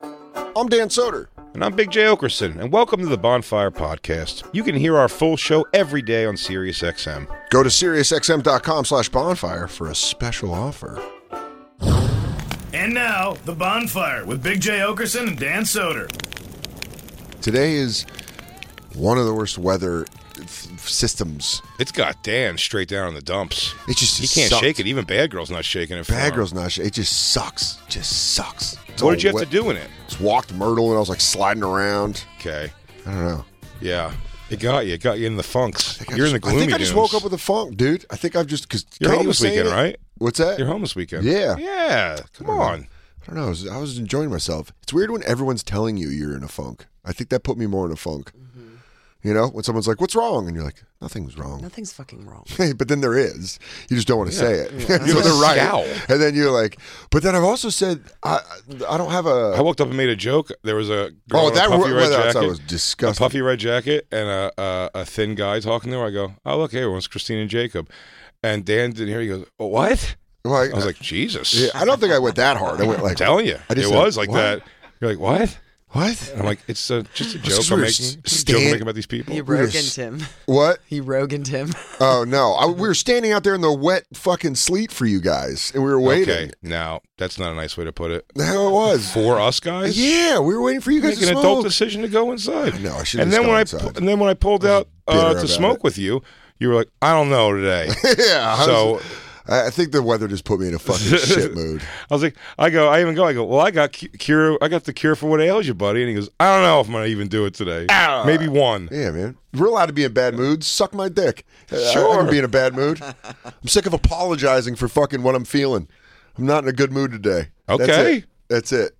I'm Dan Soder. And I'm Big J. Okerson, and welcome to the Bonfire Podcast. You can hear our full show every day on SiriusXM. Go to SiriusXM.com slash bonfire for a special offer. And now, The Bonfire with Big J. Okerson and Dan Soder. Today is one of the worst weather th- systems. It's got Dan straight down in the dumps. It just he can't sucked. shake it. Even Bad Girl's not shaking it. for Bad him. girls not sh- It just sucks. Just sucks. It's What all did you have wet. to do in it? Just walked Myrtle and I was like sliding around. Okay, I don't know. yeah, it got you. It got you in the funks. I think I You're in just- the gloomy. I think I just dooms. woke up with a funk, dude. I think I've just because You're home this weekend, right? What's that? You're home this weekend. Yeah. yeah. Come on. I don't know. I was, I was enjoying myself. It's weird when everyone's telling you you're in a funk. I think that put me more in a funk. Mm-hmm. You know, when someone's like, "What's wrong?" and you're like, "Nothing's wrong." Nothing's fucking wrong. but then there is. You just don't want to say it. You so have they're a right. scowl. And then you're like, but then I've also said I I don't have a I walked up and made a joke. There was a girl Oh, in a that puffy we- red weather outside jacket, was disgusting. A puffy red jacket and a, a a thin guy talking to her. I go, oh look, hey, everyone's Christine and Jacob, and Dan didn't hear. He goes, oh, what? like, I was like, Jesus. yeah, I don't think I went that hard. I went I'm like telling you, I it just said, was like "What?" that. You're like, what? What? And I'm like, it's uh, just a joke because I'm we were making. s- It's a joke I'm stand- making about these people. He We're roganed s- him. What? He roganed him. Oh no! I, we were standing out there in the wet fucking sleet for you guys, and we were waiting. Okay, now that's not a nice way to put it. How it was? For us guys, Yeah, we were waiting for you guys make to an smoke. adult decision to go inside. No, I should've just And then when gone I inside. pu- and then when I pulled out bitter uh, about to smoke it. with you, you were like, I don't know today. yeah. I So- was- I, I think the weather just put me in a fucking shit mood. I was like, I go, I even go, I go, well, I got cu- cure, I got the cure for what ails you, buddy. And he goes, I don't know if I'm gonna even do it today. Ah. Maybe one. Yeah, man. We're allowed to be in bad moods. Suck my dick. I- I, Sure. can be in a bad mood. I'm sick of apologizing for fucking what I'm feeling. I'm not in a good mood today. That's Okay. it. That's it.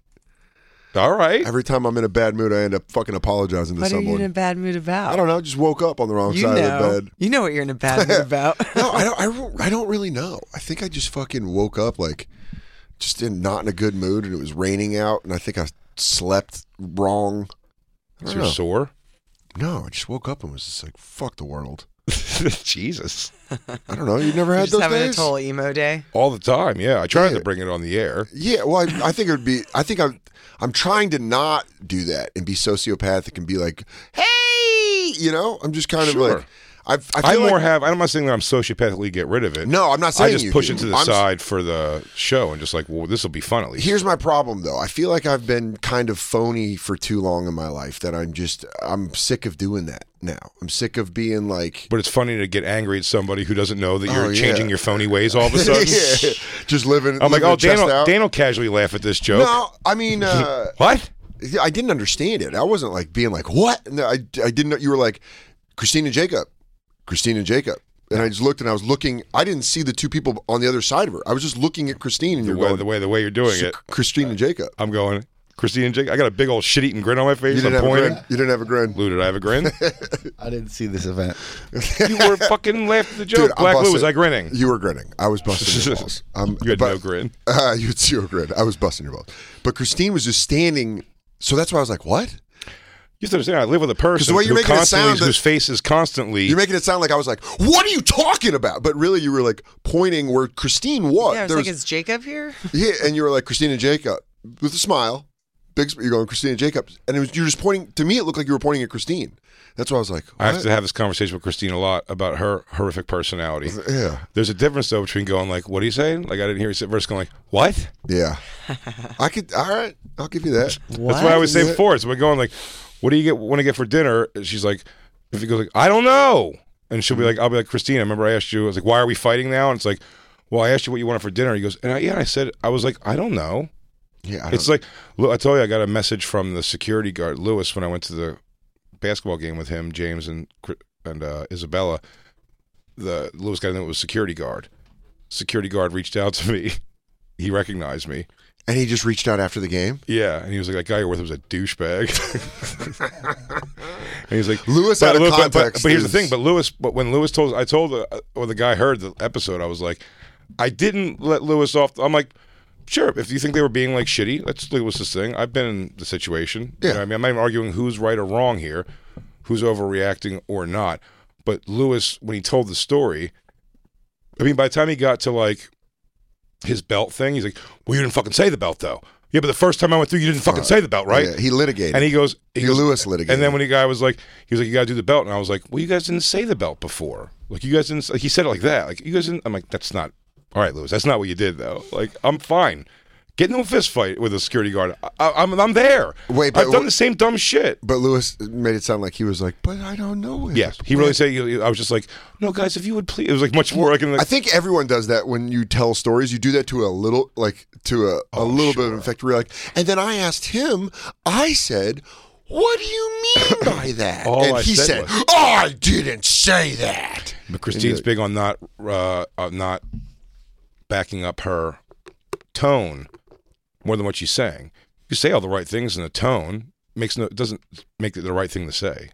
All right. Every time I'm in a bad mood, I end up fucking apologizing to What are you someone. in a bad mood about? I don't know. Just woke up on the wrong You side know. of the bed. You know what you're in a bad mood about. no, I don't, I don't. I don't really know. I think I just fucking woke up like just in not in a good mood, and it was raining out, and I think I slept wrong. I So don't you're know. sore. No, I just woke up and was just like, "Fuck the world." Jesus. I don't know. You never You're had just those having days. a total emo day. All the time. Yeah. I tried Yeah. to bring it on the air. Yeah, well, I, I think it would be. I think I'm. I'm trying to not do that and be sociopathic and be like, "Hey," you know. I'm just kind of Sure. like, I've, I I, feel more like, have. I'm not saying that I'm sociopathically get rid of it. No, I'm not I saying just you push do. it to the I'm s- side for the show and just like, well, this will be fun at least. Here's my problem, though. I feel like I've been kind of phony for too long in my life that I'm just. I'm sick of doing that now. I'm sick of being like. but it's funny to get angry at somebody who doesn't know that you're Oh, yeah. changing your phony ways all of a sudden. yeah, just living. I'm like, living oh, Dan chest will, out. Dan will casually laugh at this joke. No, I mean. Uh, What? Yeah, I didn't understand it. I wasn't like being like, what? And I, I didn't know. You were like, Christina Jacob, Christina Jacob. And I just looked and I was looking. I didn't see the two people on the other side of her. I was just looking at Christine and The you're way, going, the way the way you're doing it, uh, Christina Jacob. I'm going. Christine and Jake, I got a big old shit-eating grin on my You face. didn't, I'm have a pointing. grin. you didn't have a grin. Lou, did I have a grin? I didn't see this event. you were fucking laughing at the joke. Dude, I'm Black Lou, busted. was I grinning? You were grinning. I was busting your balls. Um, You had but- no grin. Uh, you had zero grin. I was busting your balls. But Christine was just standing. So that's why I was like, what? You have to understand, I live with a person the way you're who making it constantly, sound that- whose face is constantly You're making it sound like I was like, what are you talking about? But really, you were like pointing where Christine was. yeah, I was There like, was- is Jacob here? Yeah, and you were like Christina Jacob with a smile, big. sm- You're going Christina Jacobs, and it was you're just pointing to me. It looked like you were pointing at Christine. That's why I was like, I have what? to have this conversation with Christine a lot about her horrific personality. yeah, There's a difference though between going like, "What are you saying?" Like I didn't hear you say, versus going like, "What?" yeah. I could. All right, I'll give you that. That's why I always say before. So we're going like, "What do you get? Want to get for dinner?" And she's like, "If he goes like, I don't know," and she'll be like, "I'll be like, Christina, remember I asked you? I was like, why are we fighting now?" And it's like, "Well, I asked you what you wanted for dinner." He goes, "And I, yeah, I said I was like, I don't know." Yeah, I don't, It's like, look, I told you I got a message from the security guard Lewis when I went to the basketball game with him, James and Cri- and uh, Isabella. The Lewis guy knew it was security guard. Security guard reached out to me. He recognized me. and he just reached out after the game. Yeah, and he was like, "That guy you're with was a douchebag." and he's like, Lewis but out of Lew- but- but- But, context here's the is- thing. But Lewis, but when Lewis told, I told, uh, when the guy heard the episode, I was like, I didn't let Lewis off. I'm like, sure, if you think they were being like shitty, that's Lewis's thing. I've been in the situation. Yeah. You know what I mean, I'm not even arguing who's right or wrong here, who's overreacting or not. But Lewis, when he told the story, I mean, by the time he got to like his belt thing, he's like, "Well, you didn't fucking say the belt though." Yeah, but the first time I went through, you didn't fucking say the belt, right? Uh, Yeah, he litigated. And he goes, He goes- Lewis litigated. And then when the guy was like, he was like, you got to do the belt. And I was like, well, you guys didn't say the belt before. Like, you guys didn't, s- like, he said it like that. Like, you guys didn't, I'm like, that's not, all right, Lewis, that's not what you did, though. Like, I'm fine. Get into a fist fight with a security guard. I, I'm, I'm there. Wait, but I've done wh- the same dumb shit. But Lewis made it sound like he was like, but I don't know. him." Yeah, he really said, he- I was just like, no, guys, if you would please. It was like much more like, in the, I think everyone does that when you tell stories. You do that to a little, like to a, Oh, a little bit of effect. We're like, and then I asked him. I said, "What do you mean by that?" All and I he said said, was- "I didn't say that." But Christine's big on not uh, uh, not backing up her tone more than what she's saying. You say all the right things in the tone makes no doesn't make it the right thing to say.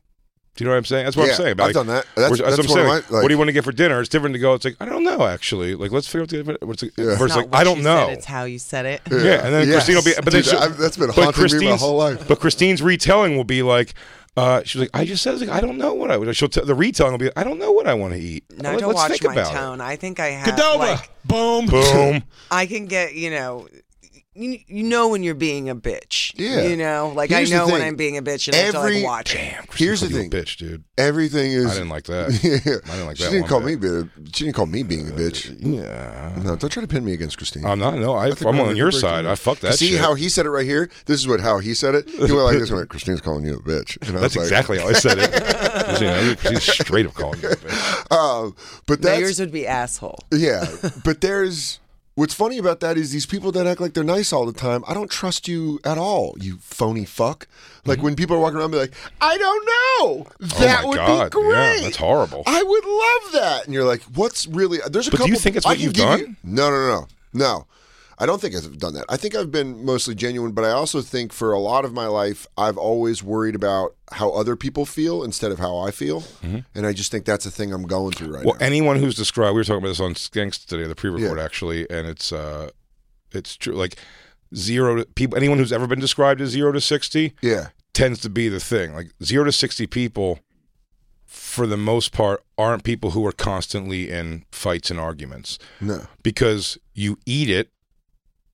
Do you know what I'm saying? That's what Yeah, I'm saying. about, I've done that. That's- we're- that's what I'm one of saying. my, like- what do you want to get for dinner? It's different to go. It's like I don't know actually. Like let's figure out the different. What's it- It's versus Not like what I don't you know. Said, it's how you said it. Yeah, and then Yes. Christine will be. But then Dude, she'll- I've- that's been but haunting me my Christine's- whole life. But Christine's retelling will be like, uh, she's like, I just said, like, I don't know what I would. She'll tell the retelling will be, I don't know what I want to eat. No, Let- don't let's watch think my about it." tone. I think I have. Godova. Like, Boom. Boom. I can get you know. You, you know when you're being a bitch. Yeah. You know, like Here's the I know when thing. I'm being a bitch and I have to Every- like watch it. Damn, Here's Christine the called you a bitch, dude. Everything is. I didn't like that. I didn't like she that didn't one call bit. Uh, me bitch. She didn't call me being a bitch. Yeah, No, don't try to pin me against Christine. I'm not. No, I, I think I'm we're on your pretty side. good. I fuck that. See shit. how he said it right here. This is what how he said it. He went like this. and Went, Christine's calling you a bitch. And I That's was like, exactly how I said it. He's, you know, he's straight up calling you a bitch. Um, but No, that's yours would be asshole. Yeah, but there's what's funny about that is these people that act like they're nice all the time. I don't trust you at all, you phony fuck. Like when people are walking around, be like, I don't know. That Mm-hmm. Oh my would God, be yeah, great. that's horrible. I would love that. And you're like, what's really? There's a But do couple. you think it's what I can you've give you- done? no, no, no, no. I don't think I've done that. I think I've been mostly genuine, but I also think for a lot of my life, I've always worried about how other people feel instead of how I feel, and I just think that's a thing I'm going through right Mm-hmm. Well, now. anyone who's described, we were talking about this on Skanks today, the pre-record Yeah. actually, and it's uh, it's true. Like zero to people, anyone who's ever been described as zero to sixty, yeah, tends to be the thing. Like zero to sixty people, for the most part, aren't people who are constantly in fights and arguments no. because you eat it.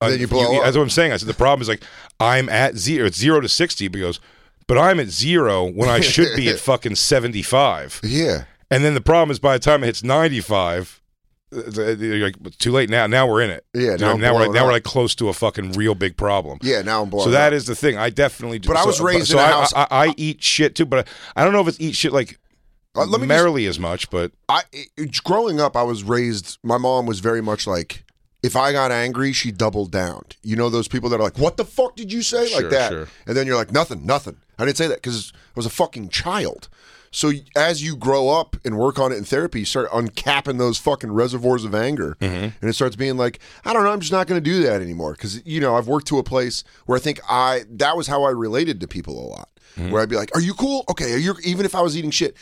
Then uh, you blow up. That's what I'm saying. I said the problem is like I'm at zero. It's zero to sixty because, but I'm at zero when I should be at fucking seventy five. Yeah. And then the problem is by the time it hits 95, th- th- you're like, too late now. Now we're in it. Yeah, now now, I'm now we're blown now up. we're like close to a fucking real big problem. Yeah, now I'm blown. So that up. is the thing. I definitely do. But I so- was raised so in a I- house- I, I, eat shit too, but I, I don't know if it's eat shit like Uh, let me just- merrily as much. But I it- growing up, I was raised. My mom was very much like, if I got angry, she doubled down. You know those people that are like, "What the fuck did you say?" Sure, like that, sure. and then you're like, "Nothing, nothing." I didn't say that because I was a fucking child. So y- as you grow up and work on it in therapy, you start uncapping those fucking reservoirs of anger, Mm-hmm. and it starts being like, I don't know, I'm just not going to do that anymore because you know I've worked to a place where I think I that was how I related to people a lot, Mm-hmm. where I'd be like, Are you cool? Okay, are you even if I was eating shit?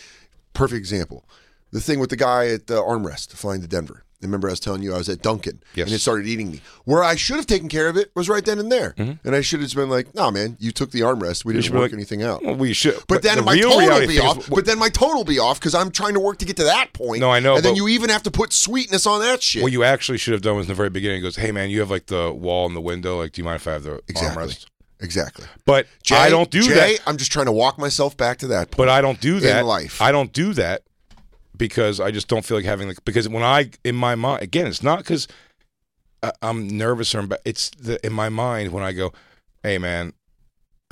Perfect example, the thing with the guy at the armrest flying to Denver. Remember, I was telling you I was at Duncan, Yes. and it started eating me. Where I should have taken care of it was right then and there, and I should have just been like, "Nah, man, you took the armrest. We didn't Mm-hmm. should be work like, anything out." well, we should. But then the my real total reality be thing is off. wh- but then my total be off because I'm trying to work to get to that point. No, I know, And then but- you even have to put sweetness on that shit. what you actually should have done was in the very beginning goes, hey man, you have like the wall and the window. Like, do you mind if I have the exactly, armrest? exactly. But Jay, I don't do Jay, that. I'm just trying to walk myself back to that point. But I don't do in that. life. I don't do that because I just don't feel like having like because when I in my mind again, it's not because I, I'm nervous or but it's the, in my mind when I go, hey man,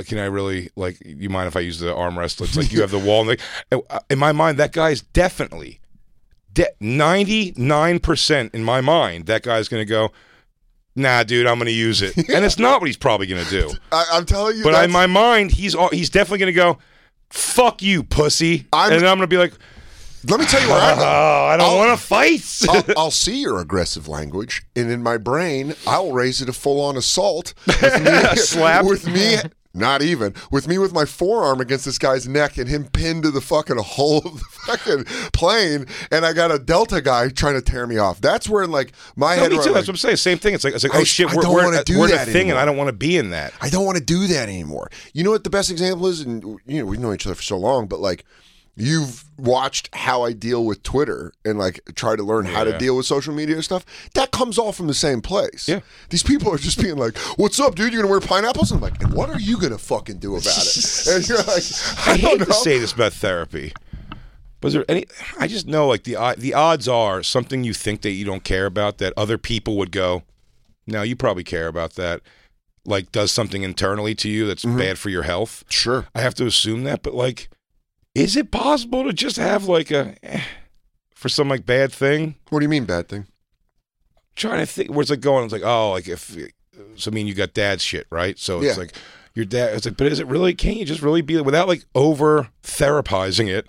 can I really like? You mind if I use the armrest? It's like you have the wall. And like, in my mind, that guy's definitely ninety nine percent in my mind. That guy's gonna go. Nah, dude, I'm gonna use it, and it's not what he's probably gonna do. I, I'm telling you. But in that's- my mind, he's all, he's definitely gonna go, "Fuck you, pussy," I'm- and then I'm gonna be like, let me tell you "Oh, where I go. I don't I'll- want to fight." I'll, I'll see your aggressive language, and in my brain, I'll raise it to full-on assault with me, Slap. with me. Not even with me with my forearm against this guy's neck and him pinned to the fucking hull of the fucking plane, and I got a Delta guy trying to tear me off. That's where in like my No, head. me where too. I'm That's what like, I'm saying. Same thing. It's like, it's like, I- oh shit, I we're, don't we're, wanna at- do we're at a that thing, and anymore. I don't want to be in that. I don't want to do that anymore. You know what the best example is, and you know we've known each other for so long, but like you've watched how I deal with Twitter and like try to learn how to Yeah. deal with social media and stuff. That comes all from the same place. Yeah. these people are just being like, "What's up, dude? You gonna wear pineapples?" And I'm like, "And what are you gonna fucking do about it?" And you're like, "I, I, hate don't know." to say this about therapy, but is there any? I just know like the od- the odds are something you think that you don't care about that other people would go, no, you probably care about that. Like does something internally to you that's Mm-hmm. bad for your health. sure, I have to assume that, but like, is it possible to just have like a eh, for some like bad thing? what do you mean bad thing? trying to think where it's like going. It's like, oh, like if so, I mean, you got dad shit, right? So it's Yeah. like your dad. It's like, but is it really? Can't you just really be without like over therapizing it?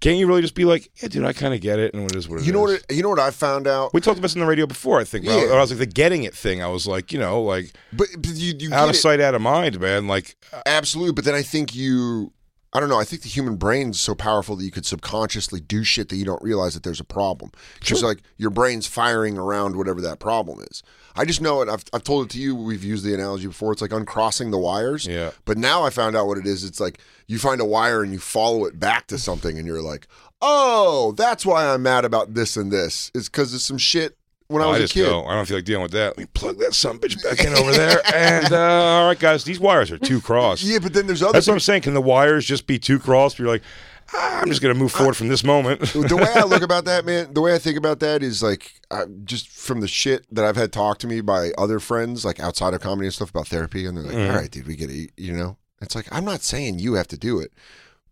Can't you really just be like, yeah, dude, I kind of get it, and it is what it is. You know what? it- You know what I found out. we talked about this on the radio before, I think. Yeah. I, Yeah. I was like the getting it thing. I was like, you know, like But, but you, you out get of it. sight, out of mind, man. Like, Absolutely, but then I think you I don't know, I think the human brain's so powerful that you could subconsciously do shit that you don't realize that there's a problem. Just like your brain's firing around whatever that problem is. I just know it. I've, I've told it to you. We've used the analogy before. It's like uncrossing the wires. Yeah. But now I found out what it is. It's like you find a wire and you follow it back to something and you're like, oh, that's why I'm mad about this and this. It's because of some shit when I was just a kid. go, Oh, I don't feel like dealing with that. Let me plug that son bitch back in over there. And uh, all right, guys, these wires are too crossed. Yeah, but then there's other That's what I'm saying. Can the wires just be too crossed? You're like, "Ah, I'm just gonna move forward from this moment. the way I look about that, man, the way I think about that is like I, just from the shit that I've had talked to me by other friends, like outside of comedy and stuff about therapy, and they're like, Mm-hmm. "All right, dude, we get it." You know, it's like I'm not saying you have to do it,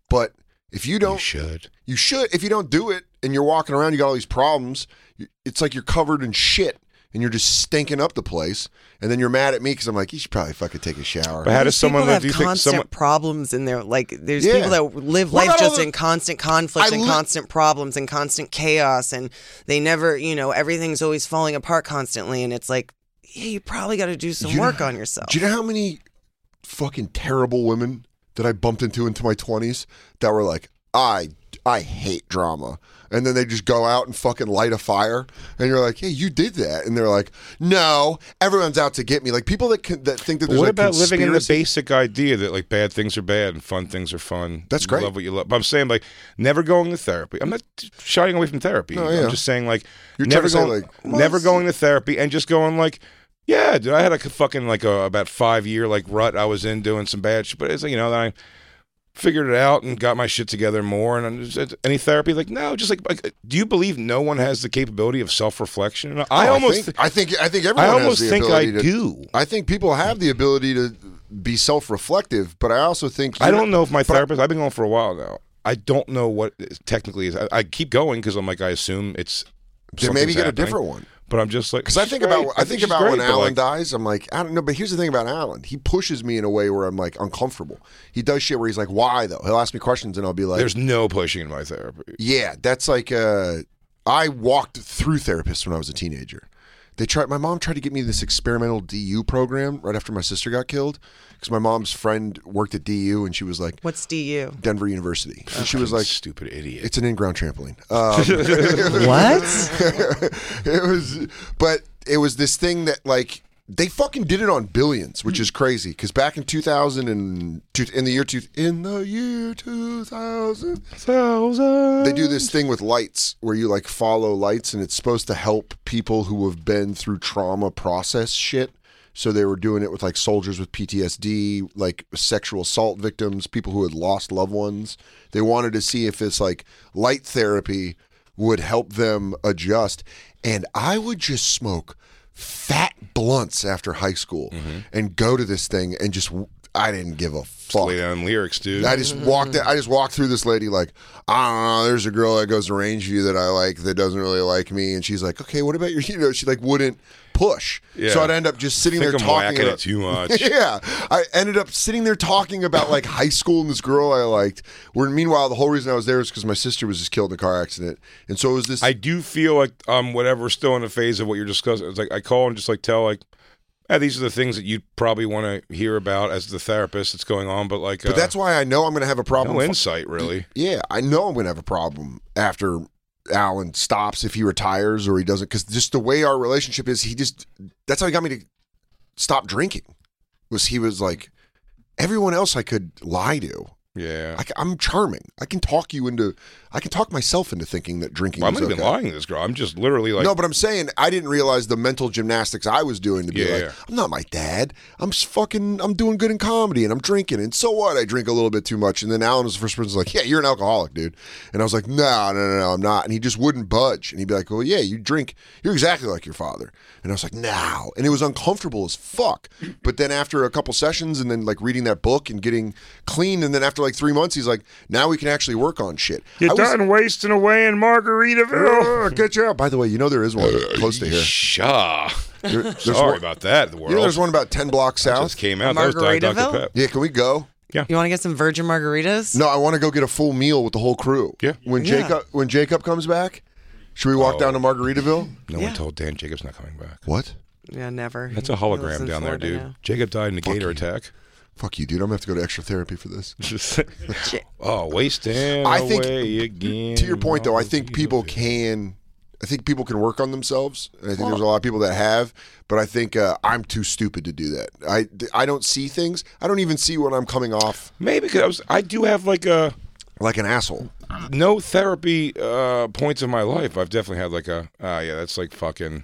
but if you don't, You should. you should. If you don't do it, and you're walking around, you got all these problems. you- It's like you're covered in shit, and you're just stinking up the place. And then you're mad at me because I'm like, you should probably fucking take a shower. But how does These someone people have do you think constant someone? problems in their like? There's Yeah. people that live What life about all just the- in constant conflict I and li- constant problems and constant chaos, and they never, you know, everything's always falling apart constantly, and it's like, yeah, you probably got to do some You know- work on yourself. Do you know how many fucking terrible women that I bumped into into my twenties that were like, I I hate drama, and then they just go out and fucking light a fire, and you're like, hey, you did that, and they're like, no, everyone's out to get me. Like people that can, that think that But there's what like about living in the conspiracy- basic idea that like bad things are bad and fun things are fun? That's You great. Love what you love. But I'm saying like never going to therapy. I'm not shying away from therapy. No, yeah. I'm just saying like You're trying never to say, going, like, never going to therapy and just going like. Yeah, dude, I had like a fucking like a about five year like rut I was in doing some bad shit, but it's like you know then I figured it out and got my shit together more. And I'm just- uh, any therapy, like no, just like, like do you believe no one has the capability of self reflection? Oh, I almost think, I think I think everyone I has almost the think I ability to- do. I think people have the ability to be self-reflective, but I also think I don't know if my but I- therapist. I've been going for a while now. I don't know what is- technically is. I, I keep going because I'm like I assume it's. Then maybe something's get a happening. different one. But I'm just like Because I think she's about great. I think she's about great, when but, Alan like, dies, I'm like, I don't know. But here's the thing about Alan. He pushes me in a way where I'm like uncomfortable. He does shit where he's like, why though? He'll ask me questions and I'll be like, There's no pushing in my therapy. yeah, that's like uh, I walked through therapists when I was a teenager. They tried. My mom tried to get me this experimental DU program right after my sister got killed, because my mom's friend worked at DU and she was like What's DU? Denver University, and she was Like like, stupid idiot. it's an in-ground trampoline. Um, What? it was, but it was this thing that like they fucking did it on billions, which is crazy. Because back in two thousand and two, in the year two, in the year two thousand, they do this thing with lights where you like follow lights, and it's supposed to help people who have been through trauma process shit. So they were doing it with like soldiers with PTSD, like sexual assault victims, people who had lost loved ones. They wanted to see if this like light therapy would help them adjust. And I would just smoke fat blunts after high school Mm-hmm. and go to this thing and just I didn't give a fuck. Lay down lyrics, dude. I just walked. I just walked through this lady like, I don't know. There's a girl that goes to Rangeview that I like that doesn't really like me, and she's like, okay, what about your? You know, she like wouldn't push. Yeah. So I'd end up just sitting Think there I'm talking whacking about it too much. yeah, I ended up sitting there talking about like high school and this girl I liked. Where meanwhile, the whole reason I was there was because my sister was just killed in a car accident, and so it was this. I do feel like um whatever still in the phase of what you're discussing. It's like I call and just like tell like yeah, these are the things that you probably want to hear about as the therapist that's going on, but like but uh, that's why I know I'm going to have a problem. no fu- insight really. Yeah, I know I'm going to have a problem after Alan stops if he retires or he doesn't, because just the way our relationship is, he just that's how he got me to stop drinking. Was he was like everyone else I could lie to. Yeah. I, am charming. I can talk you into. I can talk myself into thinking that drinking. Well, I'm is not even okay. lying to this girl. I'm just literally like no, but I'm saying I didn't realize the mental gymnastics I was doing to be Yeah, like, yeah. I'm not my dad. I'm s- fucking, I'm doing good in comedy and I'm drinking. And so what? I drink a little bit too much. And then Alan was the first person who's like, yeah, you're an alcoholic, dude. And I was like, no, no, no, no, I'm not. And he just wouldn't budge. And he'd be like, well, yeah, you drink. You're exactly like your father. And I was like, no. And it was uncomfortable as fuck. But then after a couple sessions and then like reading that book and getting clean. And then after like three months, he's like, now we can actually work on shit. I was- wasting away in Margaritaville. Ugh, Get you out. By the way, you know there is one Uh, close to here. Shaw. There- there's Sorry one, about that. The world you know, there's one about ten blocks south. just came out. That was Diet Dr. Margaritaville? Pep. Yeah, can we go? You want to get some virgin margaritas? No, I want to go get a full meal with the whole crew. Yeah. When Yeah. Jacob when Jacob comes back, should we walk Oh. down to Margaritaville? No Yeah. one told Dan Jacob's not coming back. What? Yeah, never. That's a He lives hologram in down there, Florida dude. now. Jacob died in a gator attack. Fuck you, dude. I'm gonna have to go to extra therapy for this. oh, wasting I think- away again. To your point, though, I think Margaritaville. people can. I think people can work on themselves. And I think there's a lot of people that have, but I think uh, I'm too stupid to do that. I, I don't see things. I don't even see when I'm coming off Maybe because I, was- I do have like a like an asshole. no therapy uh, points in my life. I've definitely had like a ah yeah, that's like fucking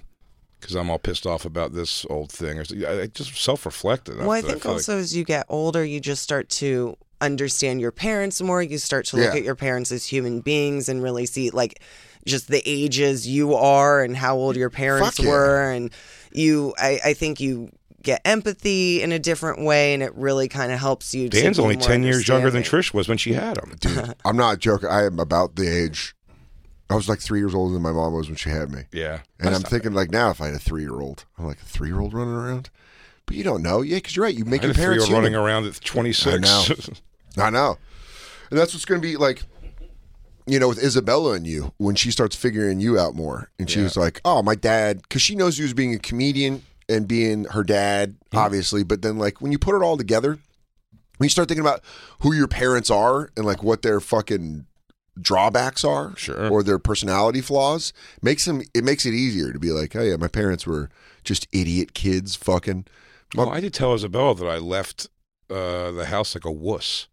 because I'm all pissed off about this old thing. Or so- I, I just self reflected. Well, I think also as you get older, you just start to understand your parents more. You start to look Yeah. at your parents as human beings and really see like just the ages you are and how old your parents Fuck yeah. were. And you, I, I think you get empathy in a different way, and it really kind of helps you. to Dan's be only more ten years younger than understanding. Trish was when she had him. Dude, I'm not joking. I am about the age. I was like three years older than my mom was when she had me. Yeah, And I'm thinking like now, if I had a three year old, I'm like a three year old running around. But you don't know, yeah, because you're right. You make I your had a parents three-year-old human. running around at twenty six. I I know, and that's what's going to be like. You know, with Isabella and you, when she starts figuring you out more, and she was like, "Oh, my dad," because she knows you as being a comedian and being her dad, obviously. But then, like when you put it all together, when you start thinking about who your parents are and like what their fucking drawbacks are Sure. or their personality flaws makes them it makes it easier to be like oh yeah my parents were just idiot kids fucking Well, I did tell Isabella that I left uh, the house like a wuss.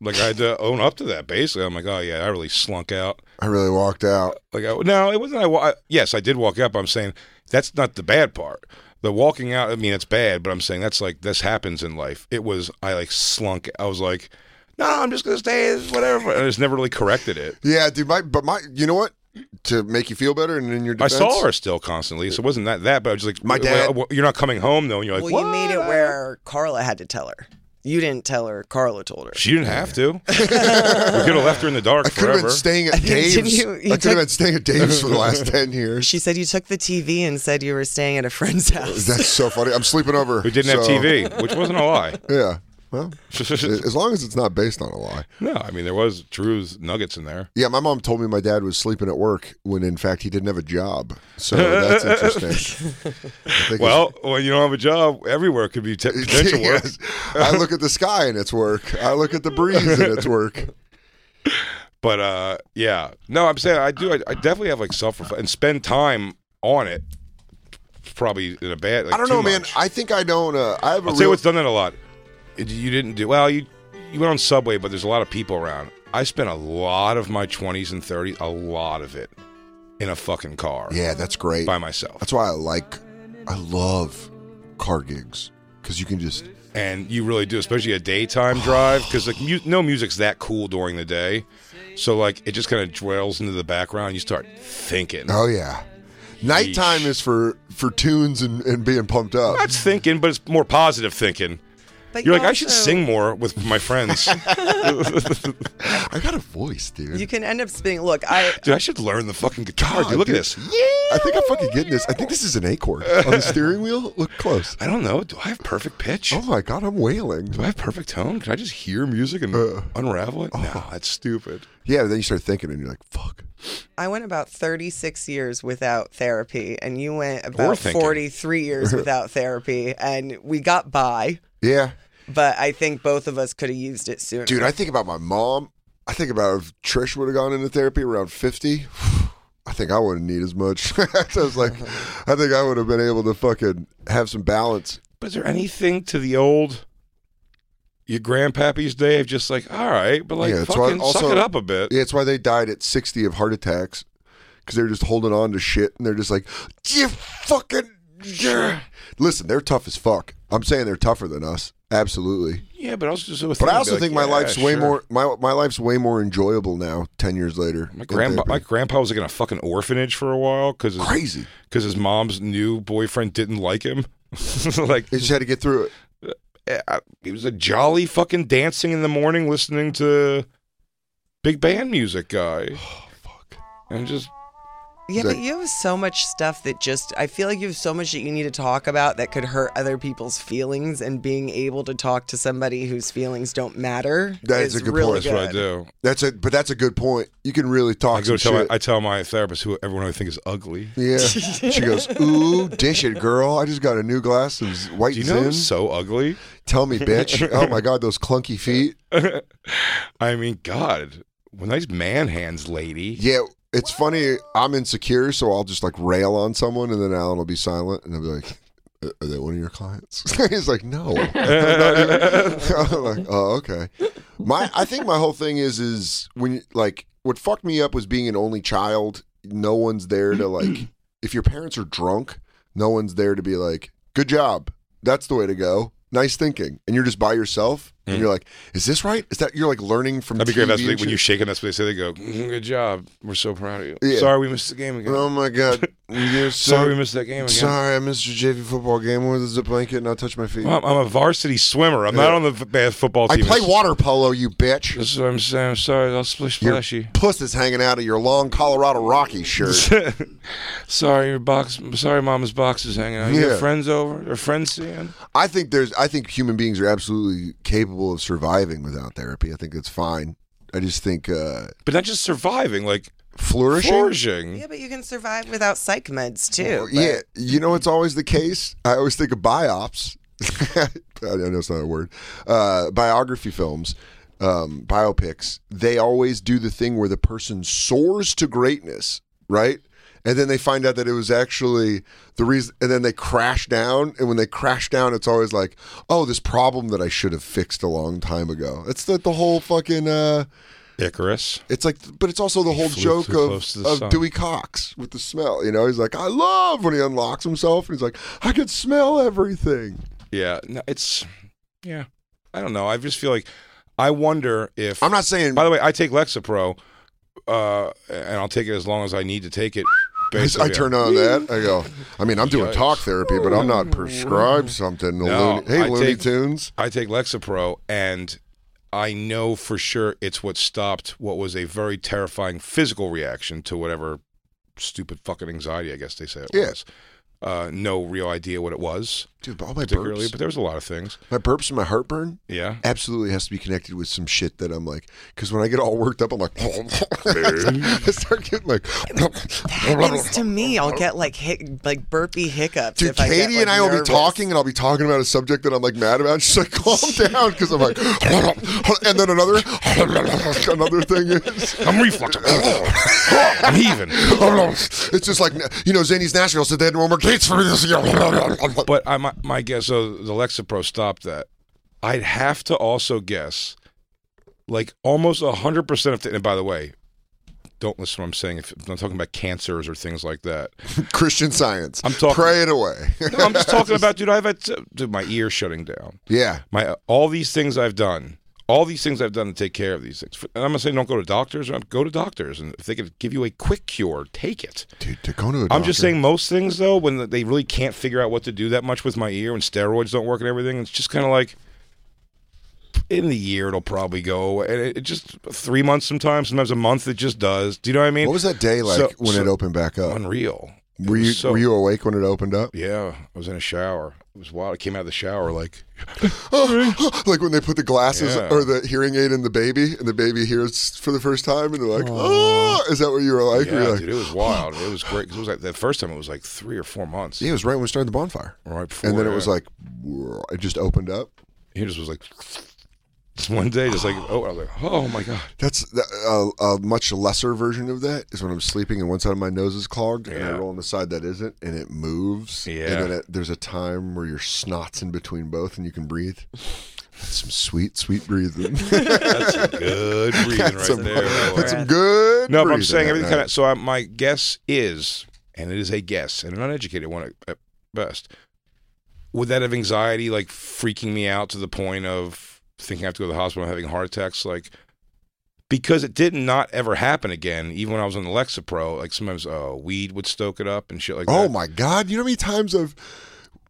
Like I had to own up to that. Basically, I'm like, oh yeah, I really slunk out. i really walked out Like, I, no, it wasn't. I, wa- I- yes, I did walk up. I'm saying that's not the bad part. The walking out, I mean, it's bad, but I'm saying that's like this happens in life. It was I like slunk. I was like, no, I'm just gonna stay. it's Whatever. And I just never really corrected it. yeah dude my but my you know what to make you feel better and in your I defense saw her still constantly, so it wasn't that that. But I was just like, My dad- "Well, you're not coming home though, and you're like, Well, what? you made it where Carla had to tell her. You didn't tell her. Carla told her. She didn't have to. we could have left her in the dark I could have forever. been staying at Dave's. Didn't you- you I could have took- been staying at Dave's for the last ten years. She said you took the TV and said you were staying at a friend's house. That's so funny. I'm sleeping over. who didn't have so- TV, which wasn't a lie. Yeah. Well, as long as it's not based on a lie. no, I mean there was Drew's nuggets in there. Yeah, my mom told me my dad was sleeping at work when, in fact, he didn't have a job. So that's interesting. I think Well, when you don't have a job, everywhere could be t- it's- potential work. Yes. I look at the sky and it's work. I look at the breeze and it's work. But uh, yeah, no, I'm saying I do. I, I definitely have like self reflect and spend time on it. Probably in a bad. Like, I don't too know, man. much. I think I don't. Uh, I have a I'll tell you real. what's done that a lot. It- You didn't do well. You you went on subway, but there's a lot of people around. I spent a lot of my 20s and 30s, a lot of it, in a fucking car yeah, that's great. by myself. That's why I like. I love car gigs because you can just. and you really do, especially a daytime drive, because like mu- no music's that cool during the day. So like it just kind of dwells into the background. You start thinking. Oh yeah. Nighttime Yeesh. is for for tunes and, and being pumped up. That's thinking, but it's more positive thinking. But You're you like, I should also- sing more with my friends. I got a voice, dude. You can end up spinning. Look, I dude, I should learn the fucking guitar. God, Oh, dude, look Oh, dude. at this. Yeah. I think I'm fucking getting this. I think this is an A chord on the steering wheel. Look close. I don't know. Do I have perfect pitch? Oh my god, I'm wailing. Do I have perfect tone? Can I just hear music and Uh. unravel it? No, that's stupid. Yeah, then you start thinking and you're like, fuck. I went about 36 years without therapy, and you went Or about thinking. 43 years without therapy, and we got by. Yeah, But I think both of us could have used it sooner. dude. I think about my mom. I think about if Trish would have gone into therapy around 50. I think I wouldn't need as much. so it's like, I think I would have been able to fucking have some balance. But is there anything to the old your grandpappy's day of just like, all right, but like Yeah, that's why fucking also- suck it up a bit. Yeah, it's why they died at 60 of heart attacks because they're just holding on to shit and they're just like, you fucking. Yeah. Listen, they're tough as fuck. I'm saying they're tougher than us. Absolutely. Yeah, but also just so But I also think my life's way more my my life's way more enjoyable now. Ten years later, My than grandpa, therapy. my grandpa was like in a fucking orphanage for a while because crazy. because his mom's new boyfriend didn't like him. like They just had to get through it. eh, I- he was a jolly fucking dancing in the morning, listening to big band music guy. Oh fuck! And just yeah, that- but you have so much stuff that just, I feel like you have so much that you need to talk about that could hurt other people's feelings, and being able to talk to somebody whose feelings don't matter. That is is a good really point. that's what I do. That's a but that's a good point. You can really I talk go some tell my, shit. I tell my therapist who everyone I think is ugly. yeah, she goes, "Ooh, dish it, girl! I just got a new glass of white Do you know zin. who's so ugly? tell me, bitch! Oh my god, those clunky feet! I mean, God, when these man hands lady. Yeah, it's funny. I'm insecure, so I'll just like rail on someone, and then Alan will be silent, and I'll be like." "Uh, Are they one of your clients? He's like, no. I'm like, oh, okay. My, I think my whole thing is, is when you- like what fucked me up was being an only child. No one's there to like. if your parents are drunk, no one's there to be like, good job. That's the way to go. Nice thinking. And you're just by yourself, and you're like, is this right? Is that you're like learning from? That'd be great. TV That's what they- and when you shit. shake them. That's what they say. They go, "Mm, "Good job. We're so proud of you." Yeah. Sorry, we missed the game again. Oh my god. You're so- Sorry, we missed that game again. Sorry, I missed your JV football game. Where there's a blanket and I touch my feet. Well, I'm a varsity swimmer. I'm not on the v- bad football I team. play This- water polo, you bitch. This is what I'm saying. I'm sorry. I'll splish Your splashy. puss is hanging out of your long Colorado Rocky shirt. Sorry, your box. Sorry, mama's box is hanging out. You Yeah. have friends over? Or friends seeing? I think there's. I think human beings are absolutely capable of surviving without therapy. I think it's fine. I just think uh, But not just surviving, like flourishing. flourishing. Yeah, but you can survive without psych meds too. but- Yeah, you know it's always the case. I always think of biops. I know it's not a word. Uh, biography films, um, biopics. They always do the thing where the person soars to greatness, right? And then they find out that it was actually the reason. And then they crash down. And when they crash down, it's always like, "Oh, this problem that I should have fixed a long time ago." It's the, the whole fucking. Uh, Icarus. it's like, but it's also the whole flew joke too of, close to the of sun. Dewey Cox with the smell. You know, he's like, I love when he unlocks himself and he's like, I can smell everything. Yeah. No, it's. Yeah. I don't know. I just feel like. I wonder if. I'm not saying. By the way, I take Lexapro, uh, and I'll take it as long as I need to take it. I Basically, turn on that. I go. I mean, I'm doing Yikes. talk therapy, but I'm not prescribed something. to No, Looney- hey, I Looney take- Tunes. I take Lexapro, and I know for sure it's what stopped what was a very terrifying physical reaction to whatever stupid fucking anxiety I guess they say it Yeah. was. Uh, no real idea what it was Dude, but all my particularly, burps, but there was a lot of things. my burps and my heartburn Yeah. absolutely has to be connected with some shit that I'm like, because when I get all worked up, I'm like, I start getting like, happens to me. I'll get like hic- like burpee hiccups. Dude, if I Katie get, like, and I will nervous. be talking, and I'll be talking about a subject that I'm like mad about. She's like, "Calm down," because I'm like, and then another, another thing is, I'm refluxing. I'm heaving. it's just like you know, Zany's Nashville said they had no more gates for me this year. But I, my, my guess, so the Lexapro stopped that. I'd have to also guess, like almost hundred percent of. The, and by the way, don't listen to what I'm saying. If I'm talking about cancers or things like that, Christian Science, I'm talking- pray it away. no, I'm just talking about, dude. I've had dude, my ear shutting down. yeah, My all these things I've done. all these things I've done to take care of these things. And I'm not saying don't go to doctors. or Go to doctors, and if they could give you a quick cure, take it. Dude, to go to a I'm just doctor- saying most things though, when they really can't figure out what to do that much with my ear and steroids don't work and everything, it's just kind of like in the year it'll probably go, and it, it just three months sometimes, sometimes a month it just does. Do you know what I mean? What was that day like So- when so- it opened back up? Unreal. It Were was you so- were you awake when it opened up? Yeah, I was in a shower. It was wild. I came out of the shower like Oh, like when they put the glasses Yeah. or the hearing aid in the baby, and the baby hears for the first time, and they're like, "Oh, is that what you were like?" You're yeah, like- dude, it was wild. It was great 'cause it was like the first time it was like three or four months. Yeah, it was right when we started the bonfire, Right before, and then it yeah. was like it just opened up. he just was like one day, just like oh, I was like oh my god. That's that, uh, a much lesser version of that is when I'm sleeping and one side of my nose is clogged and I Yeah. roll on the side that isn't and it moves. Yeah. And then it, there's a time where your snot's in between both and you can breathe. That's some sweet, sweet breathing. That's some good breathing right some, there. boy. that's some good. No, but I'm breathing saying that everything night. kind of. So I, my guess is, and it is a guess, and an uneducated one at, at best. Would that have anxiety like freaking me out to the point of thinking I have to go to the hospital, having heart attacks? Like because it did not ever happen again. Even when I was on the Lexapro, like sometimes uh, weed would stoke it up and shit like Oh that. my god! You know how many times I've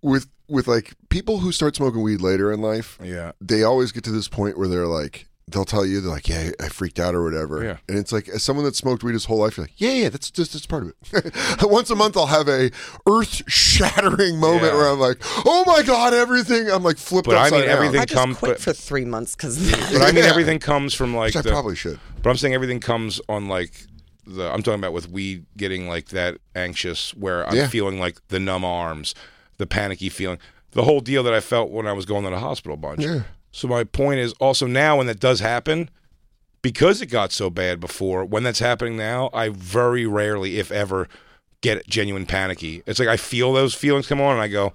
with with like people who start smoking weed later in life. Yeah. they always get to this point where they're like, they'll tell you, they're like, yeah, I freaked out or whatever. Yeah. And it's like, as someone that smoked weed his whole life, you're like, yeah, yeah, that's just that's part of it. Once a month, I'll have a earth shattering moment Yeah. where I'm like, oh my God, everything. I'm like flipped But I upside mean down. everything- I It just come- quit but- for three months because But I mean, Yeah. everything comes from like Which I the- probably should. But I'm saying everything comes on like the I'm talking about with weed getting like that anxious where I'm Yeah. feeling like the numb arms, the panicky feeling, the whole deal that I felt when I was going to the hospital a bunch. Yeah. So my point is also now when that does happen, because it got so bad before, when that's happening now, I very rarely, if ever, get genuine panicky. It's like I feel those feelings come on and I go,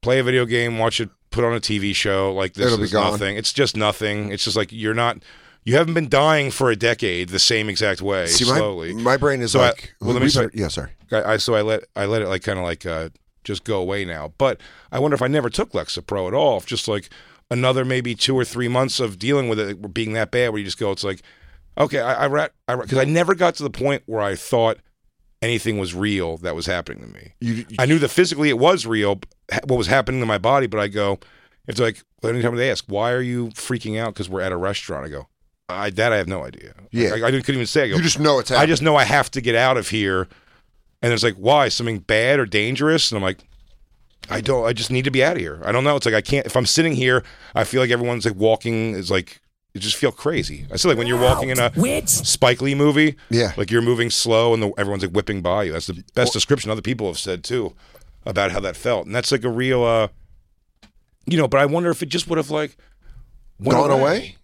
play a video game, watch it, put on a TV show. Like this It'll be is gone. nothing. It's just nothing. It's just like you're not. You haven't been dying for a decade the same exact way. See, my, slowly. my brain is So I- like, well, let me we say- better- yeah, sorry. I, I so I let I let it like kind of like uh, just go away now. But I wonder if I never took Lexapro at all, if just like another maybe two or three months of dealing with it being that bad, where you just go, it's like, okay, I, I rat, I because I never got to the point where I thought anything was real that was happening to me. You, you- I knew that physically it was real, ha- what was happening to my body, but I go, it's like, anytime they ask, why are you freaking out because we're at a restaurant? I go, I, that I have no idea. Yeah. I, I couldn't even say. I go, you just know it's I happening. just know I have to get out of here. And it's like, why? Something bad or dangerous? And I'm like, I don't, I just need to be out of here. I don't know. It's like, I can't, if I'm sitting here, I feel like everyone's like walking is like, it just feel crazy. I feel like when you're walking in a Spike Lee movie, Yeah. like you're moving slow and the, everyone's like whipping by you. That's the best description other people have said too about how that felt. And that's like a real, uh, you know, but I wonder if it just would have like went Gone away?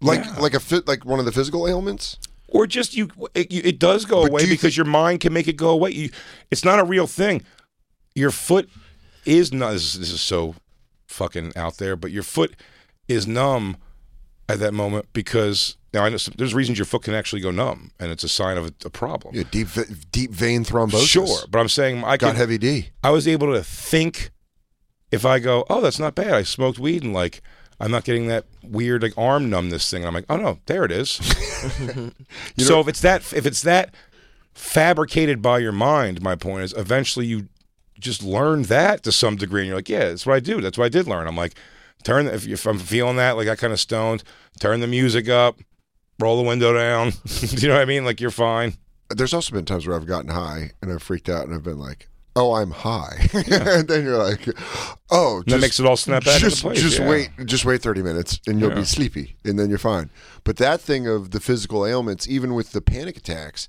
Like like a fit like one of the physical ailments? or just you it, you, it does go But away do you because your mind can make it go away you, it's not a real thing your foot is not this, is- this is so fucking out there but your foot is numb at that moment because now I know some, there's reasons your foot can actually go numb and it's a sign of a, a problem Yeah, deep ve- deep vein thrombosis. sure but i'm saying i Got can, heavy D. I was able to think if I go, oh, that's not bad. I smoked weed and like I'm not getting that weird like arm numbness thing. I'm like, oh no, there it is. so if it's that if it's that fabricated by your mind, my point is eventually you just learn that to some degree, and you're like, yeah, that's what I do. That's what I did learn. I'm like, turn if, if I'm feeling that like I kind of stoned, turn the music up, roll the window down. do you know what I mean? Like you're fine. there's also been times where I've gotten high and I've freaked out and I've been like, "Oh, I'm high," and then you're like, "Oh, And that makes it all snap back into Just, place, just yeah. wait, just wait 30 minutes and you'll be sleepy, and then you're fine." But that thing of the physical ailments, even with the panic attacks,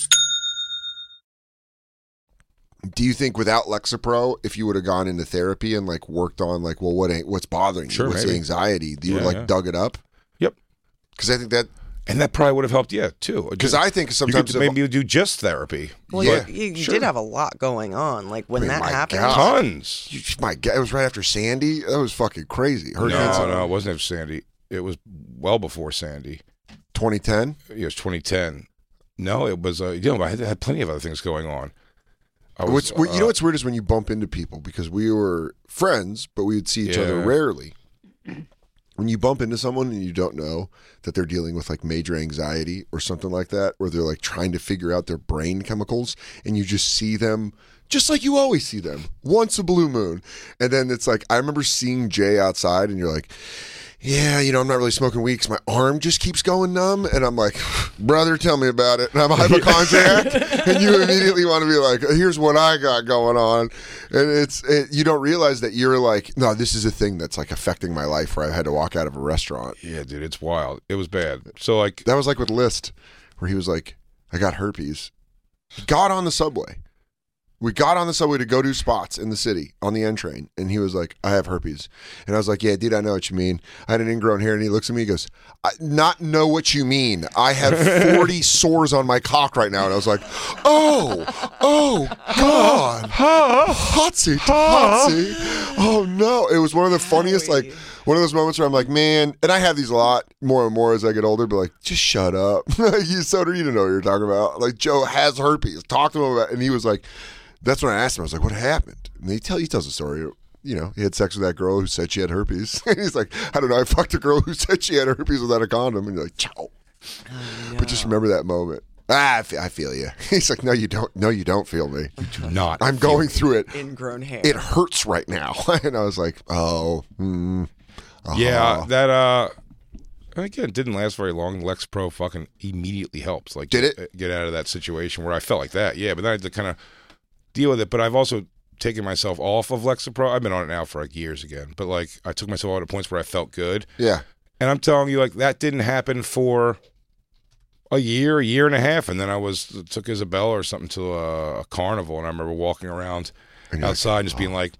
Do you think without Lexapro, if you would have gone into therapy and like worked on like, well, what ain't what's bothering you? Sure, what's the maybe. anxiety? You would Yeah, like yeah. dug it up Yep. because I think that And that probably would have helped, yeah, too. because I think You could sometimes if- maybe you do just therapy. Well, but- you, you, you sure. did have a lot going on. Like I when mean, that Oh my happened, God. tons. you, my God, it was right after Sandy. That was fucking crazy. No, Hurricane Sandy. no, it wasn't after Sandy. It was well before Sandy. 2010. It was 2010. No, it was. Uh, you know, I had, had plenty of other things going on. I what's, what- you know uh, what's weird is when you bump into people because we were friends, but we would see each other Yeah. rarely. When you bump into someone and you don't know that they're dealing with like major anxiety or something like that, or they're like trying to figure out their brain chemicals, and you just see them just like you always see them once a blue moon. And then it's like, I remember seeing Jay outside, and you're like, yeah, you know, I'm not really smoking weed 'cause my arm just keeps going numb. And I'm like, brother, tell me about it. And I'm a hypochondriac. and you immediately want to be like, here's what I got going on. And it's, it, you don't realize that you're like, no, this is a thing that's like affecting my life where I had to walk out of a restaurant. Yeah, dude, it's wild. It was bad. So like, That was like with List, where he was like, I got herpes. He got on the subway. We got on the subway to go do spots in the city on the N train, and he was like, "I have herpes," and I was like, "Yeah, dude, I know what you mean. I had an ingrown hair." And he looks at me, he goes, I, "Not know what you mean. I have forty sores on my cock right now," and I was like, "Oh, oh, god, hotsy, hotsy, oh no!" It was one of the funniest, like one of those moments where I'm like, "Man," and I have these a lot more and more as I get older, but like, just shut up, you soda, you don't know what you're talking about. Like Joe has herpes. Talk to him about, it. and he was like. That's when I asked him. I was like, "What happened?" And he tell he tells a story. You know, he had sex with that girl who said she had herpes. And he's like, "I don't know. I fucked a girl who said she had herpes without a condom." And you're like, "Chow." But just remember that moment. Ah, I feel, I feel you. He's like, "No, you don't. No, you don't feel me. do not. I'm going through it. ingrown hair. It hurts right now." And I was like, "Oh, mm, Uh-huh. Yeah, that uh, and again, it didn't last very long. Lex Pro fucking immediately helped. Like, Did it? uh, Get out of that situation where I felt like that. Yeah, but then I had to kind of deal with it. But I've also taken myself off of Lexapro. I've been on it now for like years again. But like, I took myself out at points where I felt good. yeah." And I'm telling you, like that didn't happen for a year, a year and a half, and then I was took Isabella or something to a, a carnival, and I remember walking around outside and just being like,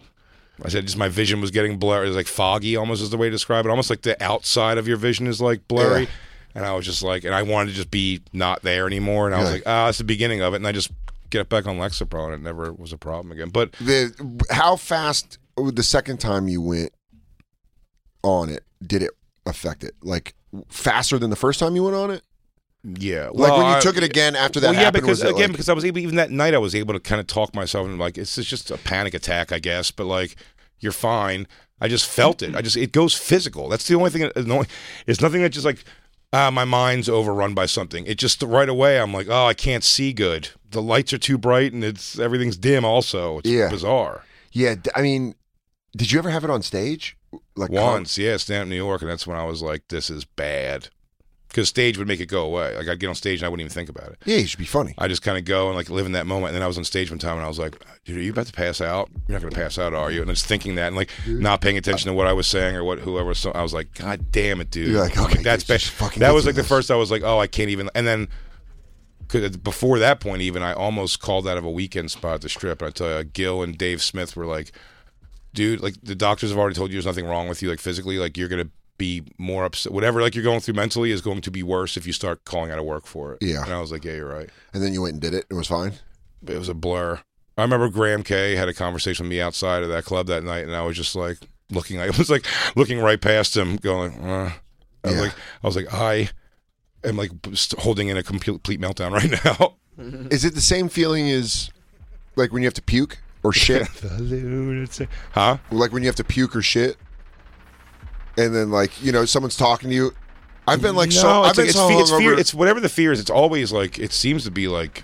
I said, just my vision was getting blurry, it was like foggy, almost is the way to describe it. Almost like the outside of your vision is like blurry. Yeah. And I was just like, and I wanted to just be not there anymore. And I was Yeah. like, ah, it's the beginning of it. And I just get back on Lexapro, and it never was a problem again. But The how fast the second time you went on it did it affect it? Like faster than the first time you went on it? Yeah, Like, when you I- took it again after that well, yeah, happened, because was it, again, like- because I was able even that night I was able to kind of talk myself and like it's it's just a panic attack, I guess. But like you're fine. I just felt it. I just it goes physical. That's the only thing. that- The only, it's nothing that just like ah, my mind's overrun by something. It just right away I'm like, oh, I can't see good. The lights are too bright and it's everything's dim. Also, it's Yeah. bizarre. Yeah, d- I mean, did you ever have it on stage? Like Once, yeah, stand up New York, and that's when I was like, this is bad. Because stage would make it go away. Like I'd get on stage and I wouldn't even think about it. Yeah, you should be funny. I just kind of go and like live in that moment. And then I was on stage one time and I was like, dude, are you about to pass out? You're not going to pass out, are you? And just thinking that and like not paying attention to what I was saying or what whoever. So I was like, God damn it, dude. You're like, okay, that's dude, bad. just fucking That get was through like the this. first I was like, oh, I can't even. And then 'cause before that point, even I almost called out of a weekend spot at the strip. And I tell you, Gil and Dave Smith were like, dude, like the doctors have already told you there's nothing wrong with you, like physically, like you're going to be more upset. Whatever, like you're going through mentally is going to be worse if you start calling out of work for it. Yeah. And I was like, yeah, you're right And then you went and did it. It was fine. it was a blur. I remember Graham K had a conversation with me outside of that club that night, and I was just like looking, I was like looking right past him, going, uh. I was Yeah. like, I was like, I am like st- holding in a complete meltdown right now. Is it the same feeling as like when you have to puke or shit? huh? like when you have to puke or shit, and then like you know someone's talking to you. I've been like so. No, I've it's, like- been it's, so fe- it's fear. hungover- It's whatever the fear is. It's always like it seems to be like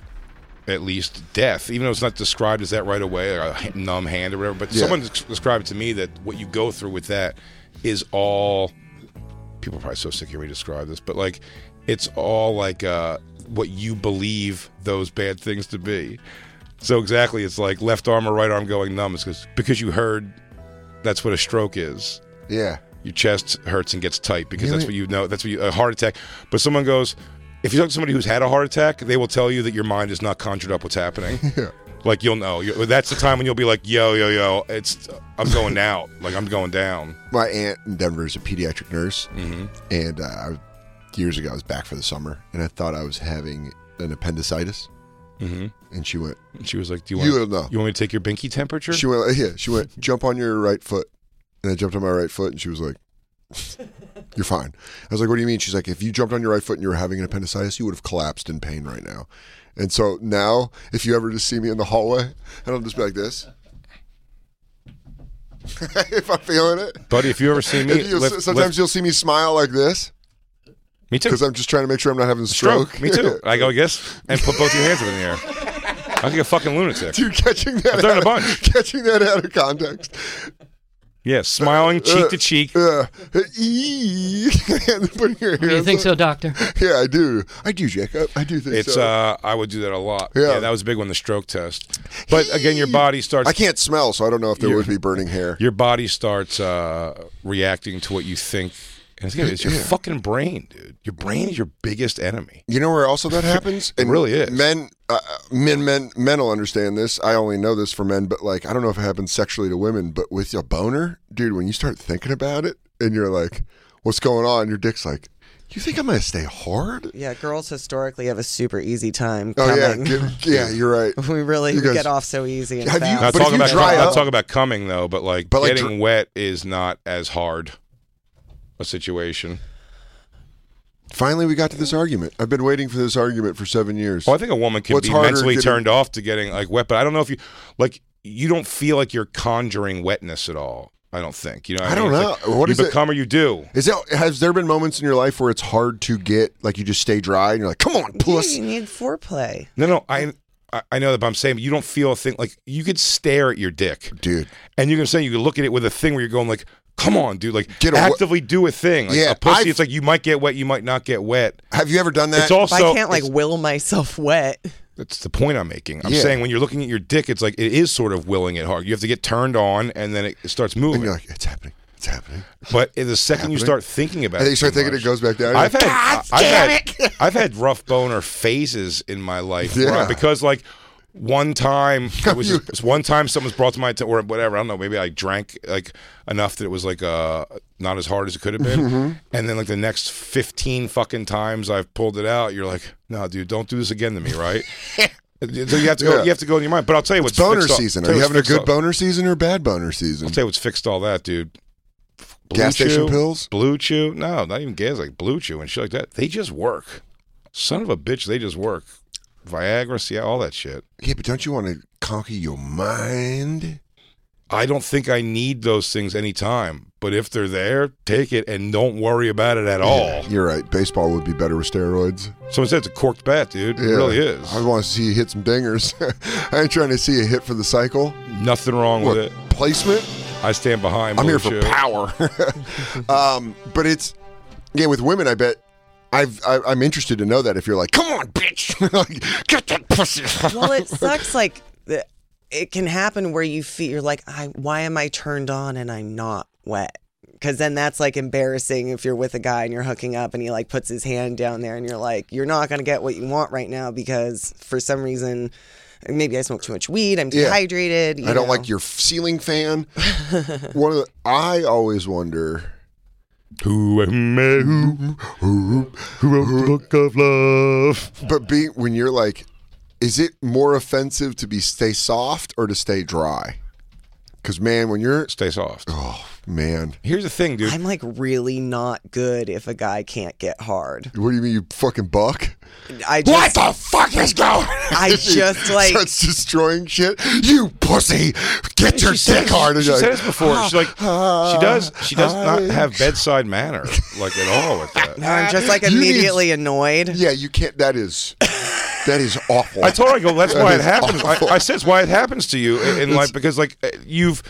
at least death, even though it's not described as that right away, or a h- numb hand or whatever. But Yeah. someone des- described to me that what you go through with that is all. People are probably so sick here we describe this, but like it's all like uh, what you believe those bad things to be. So exactly, it's like left arm or right arm going numb. It's 'cause- because you heard that's what a stroke is yeah. your chest hurts and gets tight because that's what you know. That's what you, a heart attack. But someone goes, if you talk to somebody who's had a heart attack, they will tell you that your mind is not conjured up what's happening. Like you'll know. You- That's the time when you'll be like, yo, yo, yo, it's I'm going out. Like I'm going down. my aunt in Denver is a pediatric nurse, Mm-hmm. and uh, I, years ago I was back for the summer, and I thought I was having an appendicitis, mm-hmm. and she went, And she was like, do you You want? will know. You want me to take your binky temperature? she went, yeah, she went, jump on your right foot, and I jumped on my right foot, and she was like, you're fine. I was like, what do you mean? She's like, if you jumped on your right foot and you were having an appendicitis, you would have collapsed in pain right now. And so now, if you ever just see me in the hallway, and I'll just be like this. if I'm feeling it, Buddy, if you ever see me, If you'll- lift- sometimes lift- you'll see me smile like this. me too. because I'm just trying to make sure I'm not having a stroke. stroke. Me too. I go, yes, and put both your hands up in the air. I think a fucking lunatic. Dude, catching that I've done out it a of- bunch. catching that out of context. Yeah, smiling cheek to cheek. Uh, ee- and then putting your Do you hands think so, up. Doctor? Yeah, I do. I do, Jacob. I do think It's so. uh, I would do that a lot. Yeah. Yeah. that was a big one, the stroke test. But again, your body starts. I can't smell, so I don't know if there You're- would be burning hair. Your body starts uh, reacting to what you think. And it's, gonna- it's your fucking brain, dude. Your brain is your biggest enemy. You know where also that happens? It really is. Men, uh, men, men, men will understand this. I only know this for men, but like, I don't know if it happens sexually to women, but with your boner, dude, when you start thinking about it and you're like, what's going on? Your dick's like, you think I'm going to stay hard? Yeah, girls historically have a super easy time Oh yeah, coming. give- yeah, you're right. we really You guys- get off so easy. And Have you- fast. Not But if talking about dry cum- not up- talking about coming though, but like But, like, getting wet is not as hard a situation. Finally, we got to this argument. I've been waiting for this argument for seven years. Well, I think a woman can What's be harder, mentally getting- turned off to getting like wet, but I don't know if you like you don't feel like you're conjuring wetness at all. I don't think. You know, what I don't mean? It's know. Like, What you is it- become or you do. Is that has there been moments in your life where it's hard to get like you just stay dry and you're like, come on, puss. you need foreplay. No, no, I I- I know that, but I'm saying you don't feel a thing like you could stare at your dick. Dude, and you can say you can look at it with a thing where you're going like, come on, dude, like Get a wet- actively do a thing. Like, Yeah, a pussy. I've- It's like you might get wet, you might not get wet. have you ever done that? it's also if I can't like it's- will myself wet, that's the point I'm making. I'm Yeah. saying when you're looking at your dick, it's like it is sort of willing it hard. You have to get turned on, and then it starts and moving. you're like, it's happening, it's happening. but the second you happening. start thinking about And it, then you start too thinking it much- goes back down. You're I've like, "God had, I- I've damn had, it!" I've had rough boner phases in my life where I- Yeah. because like one time it was just one time something was brought to my attention or whatever I don't know maybe I drank like enough that it was like uh not as hard as it could have been Mm-hmm. and then like the next 15 fucking times I've pulled it out you're like no dude don't do this again to me right so you have to go Yeah. you have to go in your mind but I'll tell you what's boner fixed all- season. tell Are you what's having a fixed good all- boner season or bad boner season? I'll tell you what's fixed all that dude Blue Gas station Chew, pills? Blue Chew. No, not even gas, like Blue Chew and shit like that. They just work. son of a bitch, they just work. Viagra, see all that shit. Yeah, but don't you want to conquer your mind? I don't think I need those things anytime, but if they're there, take it and don't worry about it at all. You're right. Baseball would be better with steroids. So instead, it's a corked bat, dude. It really is. I want to see you hit some dingers. I ain't trying to see a hit for the cycle. Nothing wrong What, with it. placement? I stand behind. I'm here for Blue Chew. power. um, but it's again with women. I bet I've, I, I'm interested to know that if you're like, come on, bitch, Like, get that pussy. well, it sucks. Like the- it can happen where you feel you're like, I why am I turned on and I'm not wet? Because then that's like embarrassing if you're with a guy and you're hooking up and he like puts his hand down there and you're like, you're not gonna get what you want right now because for some reason, maybe I smoke too much weed. I'm Yeah. dehydrated. you I don't know. like your ceiling fan. One of the, I always wonder. Who uh, hmm, am I? Who, who, who wrote the book of love? But being when you're like, is it more offensive to be stay soft or to stay dry? Because man, when you're Stay soft. oh man, Here's the thing, dude. I'm like really not good if a guy can't get hard. what do you mean you fucking buck? I just, what the fuck is going? I just, like- starts destroying shit. You pussy, get your dick hard. And She you're like, "Ah, said this before. She's like, she does. She does not hi. have bedside manner, like at all with that. No, I'm just like You need- immediately annoyed. Yeah, you can't. That is, that is awful. I told her, I go, that's That why it is happens. I, awful. I said, it's why it happens to you in, in life because, like, uh, you've.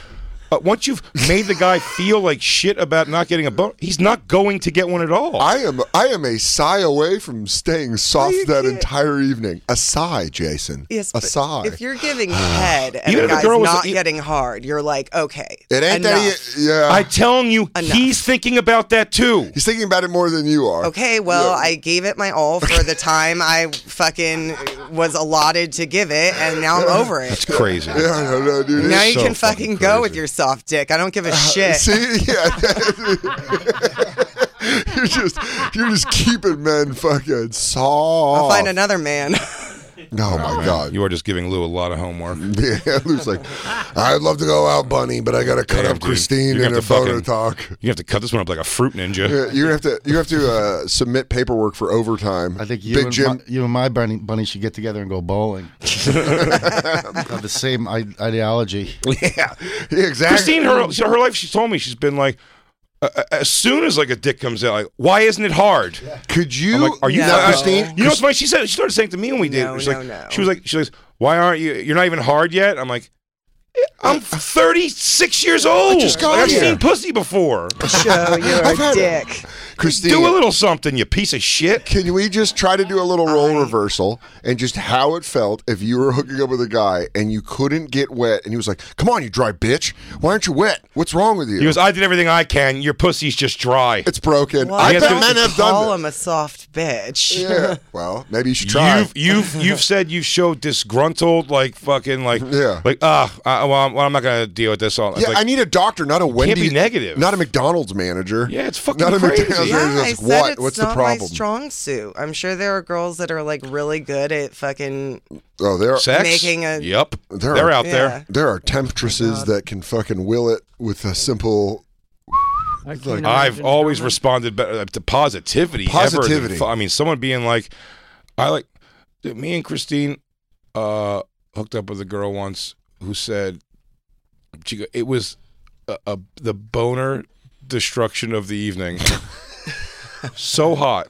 Uh, once you've made the guy feel like shit about not getting a bone, he's not going to get one at all. I uh, am I am a sigh away from staying soft that entire evening. A sigh, Jason. Yes, a but sigh. if you're giving head and Even the if a guy's girl was- not e- getting hard, you're like, okay, it ain't enough. that. e- Yeah, I'm telling you, he's thinking about that too. he's thinking about it more than you are. Okay, well, I gave it my all for the time I fucking was allotted to give it, and now I'm over it. It's crazy. Yeah, I don't know, dude. Now It's- you so can fucking fucking go crazy. with your soft dick. I don't give a shit. Uh, See, yeah, you're just you're just keeping men fucking soft. I'll find another man. Oh my god. You are just giving Lou a lot of homework. yeah, Lou's like, I'd love to go out, Bunny, but I gotta cut Damn, up dude. Christine You're and her gonna have to photo fucking- talk. You have to cut this one up like a fruit ninja. Yeah, you have to you have to uh, submit paperwork for overtime. I think you Big and Jim my, you and my bunny, bunny should get together and go bowling. Have the same I- ideology. Yeah, exactly. Christine, her so her life, she's told me she's been like, uh, uh, as soon as like a dick comes out, like, why isn't it hard? could you? I'm like, are you now, I- Christine? You know what's funny? She said she started saying to me when we dated. No, she's no, like, no. She was like, she was like, why aren't you? You're not even hard yet. I'm like, "Eh, I'm 36 years old. Uh, just got Like, I've here." seen pussy before. Show your had- dick. Christine, Do a little something, you piece of shit. Can we just try to do a little role reversal and just how it felt if you were hooking up with a guy and you couldn't get wet and he was like, "Come on, you dry bitch! Why aren't you wet? What's wrong with you? He goes, I did everything I can. Your pussy's just dry. it's broken." Well, I you bet have to men have Call done him a soft bitch. that. Yeah. Well, maybe you should try. You've you've you've said you showed disgruntled, like fucking, like Yeah. like ah, uh, well, I'm, well, I'm not gonna deal with this all. It's yeah, like, I need a doctor, not a Wendy. be negative. Not a McDonald's manager. Yeah, it's fucking Not a crazy. McDonald's Yeah, Yeah, manager. I It's said what? it's What's not the my problem? strong suit. I'm sure there are girls that are like really good at fucking. oh, there. Are, sex. making a- yep, There they're, are- out Yeah. there. There are temptresses that can fucking will it with a simple. I've always responded better to positivity. ever than Positivity. fu- I mean, someone being like, I like, dude, me and Christine uh, hooked up with a girl once who said, she go, it was a, a, the boner destruction of the evening. so hot,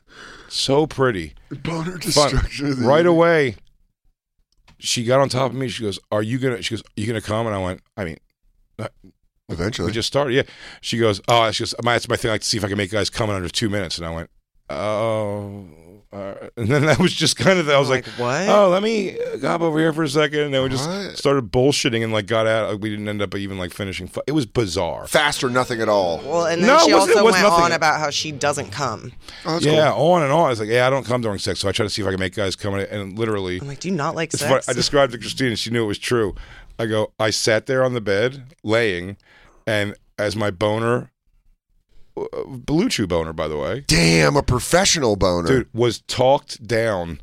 so pretty. Boner fun. destruction. of the- right away, she got on top of me. She goes, "Are you gonna?" She goes, "Are you gonna come?" And I went, "I mean, Eventually. we just started." Yeah. She goes, "Oh, she goes, my, that's my thing. I like to see if I can make guys come in under two minutes." And I went, "Oh." all right." and then that was just kind of. the- I was Like, like, what? Oh, let me hop over here for a second. And then we just What? started bullshitting and like got out. Like, we didn't end up even like finishing. fu- It was bizarre. fast or nothing at all. Well, and then No, she it wasn't- it also was went nothing. on about how she doesn't come. Oh, that's yeah, on and on. I was like, yeah, I don't come during sex, so I try to see if I can make guys come in. And literally, I'm like, do you not like It's sex? funny. I described to Christine, and she knew it was true. I go, I sat there on the bed, laying, and as my boner, uh, blue chew boner, by the way, Damn, a professional boner. dude, was talked down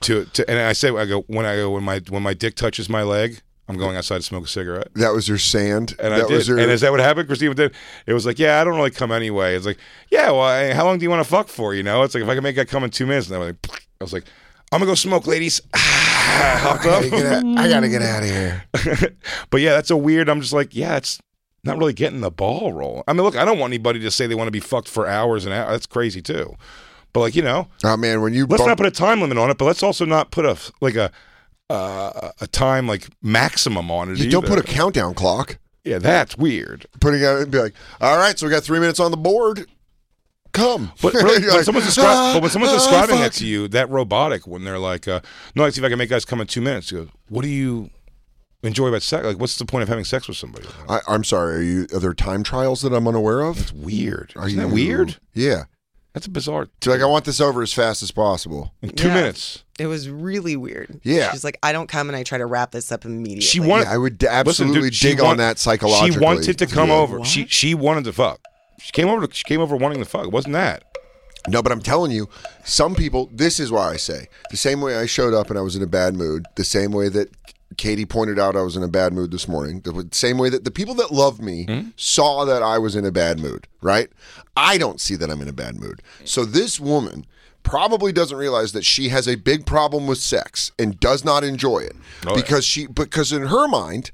to, to and I say, I go when I go when my when my dick touches my leg, I'm going outside to smoke a cigarette. That was your sand. that And I did. was your and is that what happened? Christine did. It was like, yeah, I don't really come anyway. It's like, yeah, well, I, how long do you want to fuck for? You know, it's like if I can make that come in two minutes, and I'm like, I was like, I'm gonna go smoke, ladies. Ah, hopped up. I gotta get out of here. but yeah, that's a weird. I'm just like, yeah, it's not really getting the ball rolling. I mean, look, I don't want anybody to say they want to be fucked for hours and hours. That's crazy too. But like, you know, Oh man, when you let's bump- not put a time limit on it. But let's also not put a like a uh, a time like maximum on it. you don't either. put a countdown clock. yeah, that's weird. Putting out and be like, all right, so we got three minutes on the board. Come. But really, You're when like, someone's descri- "Ah, but when someone's ah, describing that fuck." to you, that robotic, when they're like, uh, "No, let's see if I can make guys come in two minutes," you go, "What do you enjoy about sex? Like, what's the point of having sex with somebody?" I, I'm sorry. Are you? Are there time trials that I'm unaware of? That's weird. Are Isn't that you- weird? Yeah. That's a bizarre. She's like, I want this over as fast as possible. In two Yeah. minutes. It was really weird. Yeah. She's like, I don't come and I try to wrap this up immediately. She wanted. yeah, I would d- listen, absolutely dude, she dig on that psychologically. She wanted to come Yeah. over. What? She she wanted to fuck. She came over. She came over wanting to fuck. It wasn't that? No, but I'm telling you, some people. This is why I say the same way I showed up and I was in a bad mood. The same way that Katie pointed out I was in a bad mood this morning. The w- same way that the people that love me Hmm? saw that I was in a bad mood. Right? I don't see that I'm in a bad mood. So this woman probably doesn't realize that she has a big problem with sex and does not enjoy it Oh, yeah. because she because in her mind.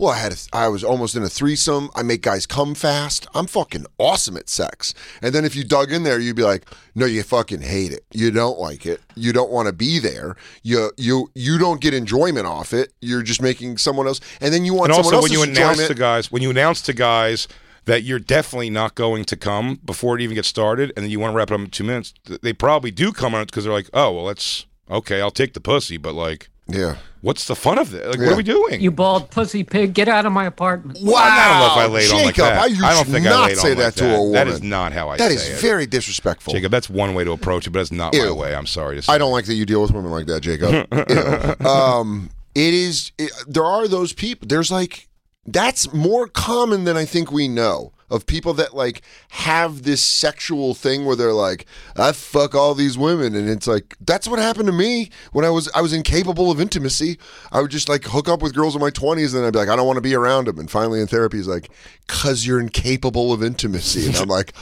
Well, I had a, I was almost in a threesome. I make guys come fast. I'm fucking awesome at sex. And then if you dug in there, you'd be like, no, you fucking hate it. You don't like it. You don't want to be there. You you you don't get enjoyment off it. You're just making someone else. And then you want and someone also when else's you announce enjoyment. to guys when you announce to guys that you're definitely not going to come before it even gets started and then you want to wrap it up in two minutes th- they probably do come on it because they're like oh well that's okay i'll take the pussy but like yeah. what's the fun of this like what Yeah. are we doing You bald pussy pig, get out of my apartment. Well, I don't know if I laid Jacob, on like that. I, you I don't should think I not laid on say like that, to that. a woman. That is not how I That say is it. very disrespectful. jacob that's one way to approach it but that's not my Ew. way i'm sorry to say I don't like that you deal with women like that, Jacob. Ew. um, it is. It, there are those people. There's like that's more common than I think we know of people that like have this sexual thing where they're like, I fuck all these women, and it's like that's what happened to me when I was I was incapable of intimacy. I would just like hook up with girls in my twenties, and I'd be like, I don't want to be around them. And finally, in therapy, he's like, Cause you're incapable of intimacy, and I'm like.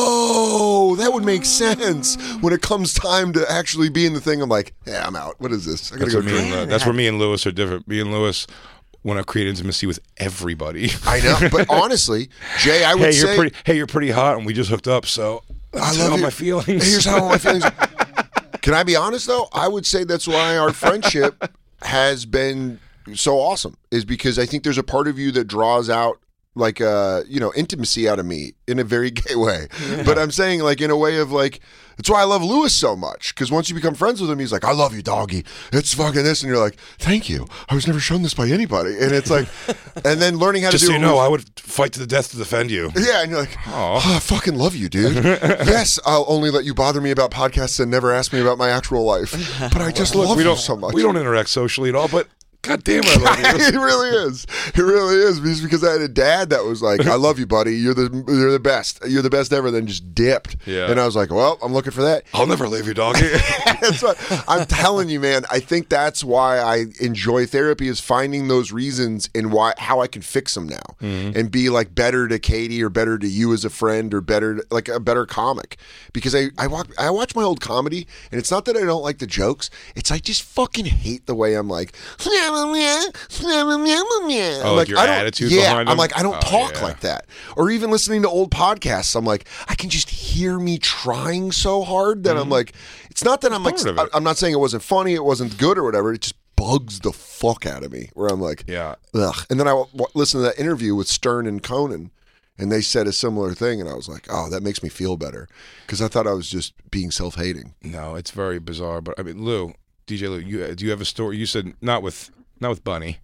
Oh, that would make sense when it comes time to actually be in the thing. I'm like, yeah, I'm out. What is this? I gotta that's, go where me drink. and, uh, Lew- that's where me and lewis are different me and lewis want to create intimacy with everybody I know, but honestly, Jay, I would hey, say, you're pretty. Hey, you're pretty hot, and we just hooked up. So I how love you. my feelings. Here's how my feelings. Can I be honest though? I would say that's why our friendship has been so awesome. Is because I think there's a part of you that draws out like uh you know intimacy out of me in a very gay way. But I'm saying like in a way of like that's why I love Lewis so much because once you become friends with him, he's like, "I love you, doggy." It's fucking this, and you're like, "Thank you." I was never shown this by anybody, and it's like, and then learning how Just to so do you it know, with- I would fight to the death to defend you. yeah, and you're like, Aw. "Oh, I fucking love you, dude. yes, I'll only let you bother me about podcasts and never ask me about my actual life. But I just love we you don't. so much. We don't interact socially at all. But god damn it, I love you. it really is. It really is. It's because I had a dad that was like, "I love you, buddy. You're the you're the best. You're the best ever." Then just dipped. Yeah. And I was like, "Well, I'm looking for that." I'll never leave you, doggy. that's what I'm telling you, man. I think that's why I enjoy therapy is finding those reasons and why how I can fix them now Mm-hmm. and be like better to Katie or better to you as a friend or better to, like a better comic because I I walk I watch my old comedy and it's not that I don't like the jokes. It's I just fucking hate the way I'm like. Oh, Oh, like your attitude Yeah, behind I'm them? like I don't Oh, talk yeah. like that that. Or even listening to old podcasts, I'm like, I can just hear me trying so hard that I'm like, it's not that I'm like, part of it. I- I'm not saying it wasn't funny, it wasn't good or whatever. It just bugs the fuck out of me where I'm like, yeah. ugh. And then I w- w- listened to that interview with Stern and Conan, and they said a similar thing, and I was like, oh, that makes me feel better because I thought I was just being self hating. No, it's very bizarre. But I mean, Lou, DJ Lou, you do you have a story? You said not with not with Bunny,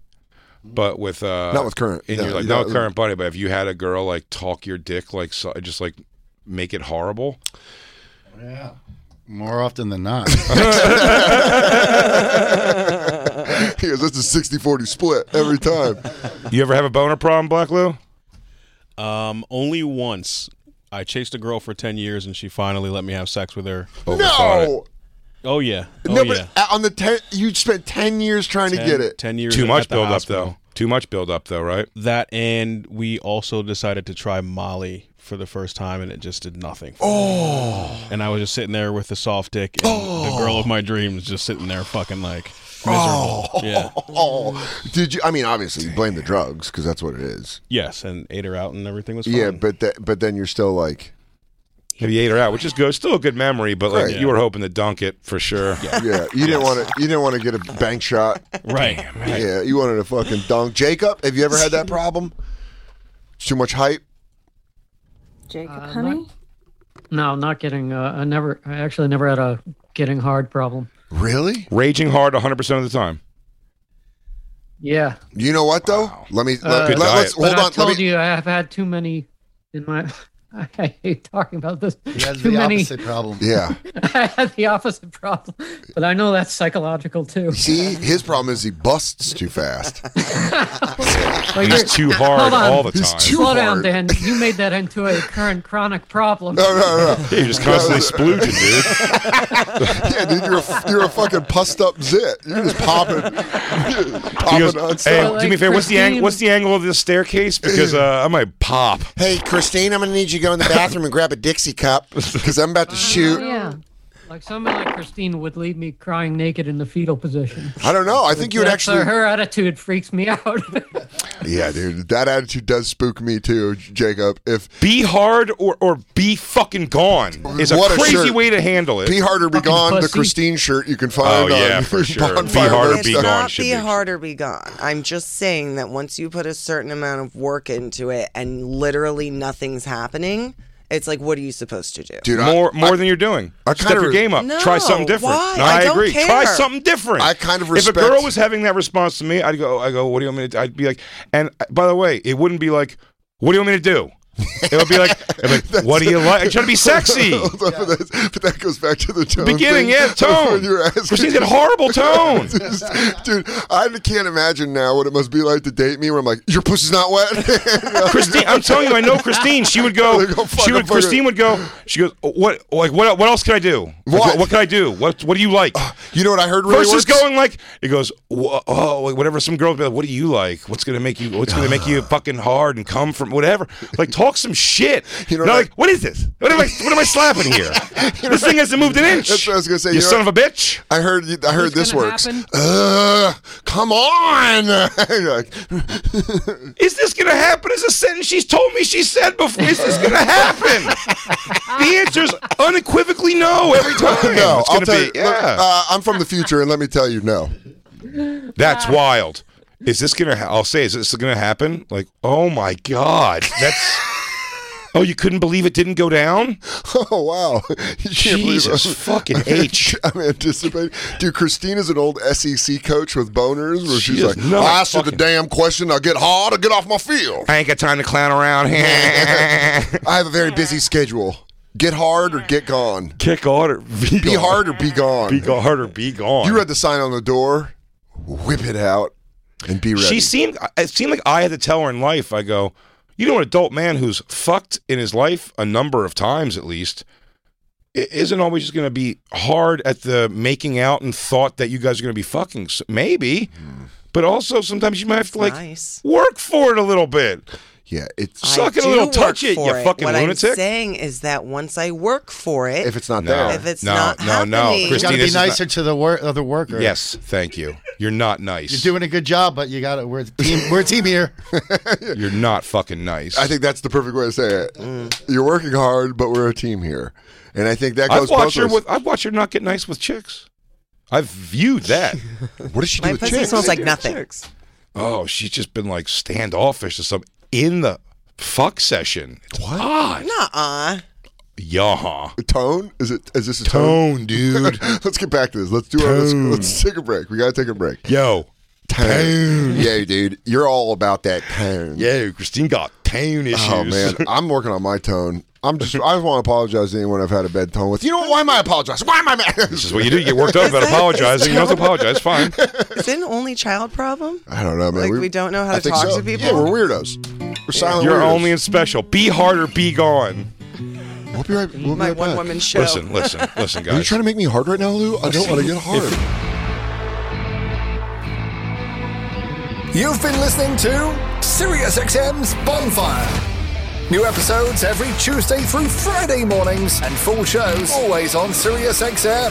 but with uh, Not with current. In No, your like you not know- with current Bunny, but have you had a girl like talk your dick like so, just like make it horrible? More often than not. he goes, that's a 60 40 split every time. You ever have a boner problem, Black Lou? Um, only once. I chased a girl for ten years, and she finally let me have sex with her. Overthought it. no. Oh yeah, oh no, yeah. but on the 10, you spent 10 years trying to get it. Ten years. Too at much the build up hospital. though. Too much build up though, right? That and we also decided to try Molly for the first time, and it just did nothing. for me. Oh. And I was just sitting there with the soft dick, and Oh. the girl of my dreams just sitting there, fucking like miserable. Oh. Yeah. Did you? I mean, obviously, you blame the drugs because that's what it is. Yes, and ate her out, and everything was fine. Yeah, but that, but then you're still like, Have you ate her out? Which is good. Still a good memory, but like Right. you were hoping to dunk it for sure. yeah, you didn't want to, you didn't want to get a bank shot, Right. Yeah, you wanted a fucking dunk. Jacob, have you ever had that problem? Too much hype. Jacob, Uh, honey? No, not getting. Uh, I never. I actually never had a getting hard problem. Really? Raging hard 100% of the time. Yeah. You know what though? Let me. Uh, Let, Good let, us diet. But hold I on. told Let me. you I have had too many in my. I hate talking about this. He has too the many. opposite problem. Yeah. I had the opposite problem, but I know that's psychological too. See, his problem is he busts too fast. Like, He's you're- too hard Hold on. all the time. He's too Slow hard. down, Dan. You made that into a current chronic problem. No, no, no. Yeah, you're just constantly splooging, dude. yeah, dude, you're a, you're a fucking pussed up zit. You're just popping, you're just He popping goes, on hey, stuff. So, uh, do me like, a favor. What's the ang- Christine- What's the angle of this staircase? Because uh, I might pop. Hey, Christine, I'm gonna need you to go in the bathroom and grab a Dixie cup because I'm about to shoot. yeah. Like someone like Christine would leave me crying naked in the fetal position. I don't know. I think you would That's- actually. her attitude freaks me out. Yeah, dude, that attitude does spook me too, Jacob. If Be hard or or be fucking gone is a What a crazy shirt. way to handle it. Be Hard or Be Fucking Gone, the pussy. Christine shirt you can find Oh, yeah, on for sure. Bonfire Be Hard or Roast. Be it's Gone not should be be- hard or be gone. I'm just saying that once you put a certain amount of work into it and literally nothing's happening, it's like, what are you supposed to do? Dude, I- more I- more than you're doing. I Step kinda your re- game up. No, Try something different. why? No, I I, don't agree. Try care. something different. I kind of If a girl respect- was having that response to me, I'd go. I go. What do you want me to? do?" I'd be like. And uh, by the way, it wouldn't be like. What do you want me to do? It would be like. it'd be like, what do you like? I'm trying to be sexy. but, that's- but that goes back to the tone Beginning, thing. yeah, tone. When you're asking- Christine's got horrible tone. Dude, I can't imagine now what it must be like to date me where I'm like, your pussy's not wet. Christine, I'm telling you, I know Christine. She would go. Go fuck She a would. fucker. Christine would go. She goes. What? Like what? What else can I do? Like, What? Uh, What, can I do? What? What do you like? you know what I heard really Versus works? going like it goes. "Wha- Oh, like, whatever. Some girl. Like, what do you like? What's gonna make you? What's gonna make you fucking hard and come from whatever? Like talk some shit. You You know know, what I- like what is this? What am I? What am I slapping here? this thing hasn't moved an inch. That's what I was gonna say. You, You know son of a bitch. I heard I What's heard this gonna works. happen? Uh, come on. You're like, Is this gonna happen? Is a sentence she's told me she said before? Is this gonna happen? the answer's unequivocally no every time. no, it's I'll gonna tell be you. look, yeah. uh, I'm from the future, and let me tell you, no. That's wild. Is this gonna? Ha- I'll say, is this gonna happen? Like, oh my god, that's. oh, you couldn't believe it didn't go down. Oh wow! You can't believe Jesus it. fucking H. I'm anticipating, dude. Christina's an old SEC coach with boners, where She she's is like, not "I answered the fucking- damn question. I get hard. I get off my field. I ain't got time to clown around. I have a very busy schedule. Get hard or get gone. Kick on or be, Be gone. hard or be gone. Be gone or be gone. You read the sign on the door. Whip it out and be ready. She seemed. It seemed like I had to tell her in life. I go, you know, an adult man who's fucked in his life a number of times at least i- isn't always just going to be hard at the making out and thought that you guys are going to be fucking. So maybe, Hmm. but also sometimes you might have to like Nice. work for it a little bit. yeah, it's Suck it a do little, work touch it, for you fucking what lunatic. I'm saying is that once I work for it, if it's not No, there. If it's no, not no, no, happening- You got Christine, to this be is not- nicer to the wor- other worker. Yes, thank you. You're not nice. You're doing a good job, but you got to. We're a team. We're a team here. You're not fucking nice. I think that's the perfect way to say it. Mm. You're working hard, but we're a team here, and I think that I've goes both watched her ways. with. I've watched her not get nice with chicks. I've viewed that. what does she do my with pussy chicks? smells like nothing. oh, she's just been like standoffish to some in the fuck session. It's odd. Nuh-uh. Yeah. tone? Is it? Is this a tone? Tone, dude. let's get back to this. Let's do our, let's, Tone. let's take a break. We gotta take a break. Yo. Tone. Yeah, dude, you're all about that tone. Yo, Christine got tone issues. Oh man, I'm working on my tone. I'm just. I just want to apologize to anyone I've had a bad tone with. You know what? Why am I apologizing? Why am I mad? This is what you do. You get worked up about apologizing. You don't have to apologize. Fine. Is it an only child problem? I don't know, man. Like, we don't know how I to think talk so. to people? Yeah, we're weirdos. We're silent. You're weirdos. only in special. Be hard or be gone. We'll be right. We'll My be right back. one woman show. Listen, listen, listen, Are you guys. trying to make me hard right now, Lou? I don't want to get hard. You've been listening to SiriusXM's Bonfire. New episodes every Tuesday through Friday mornings, and full shows always on SiriusXM.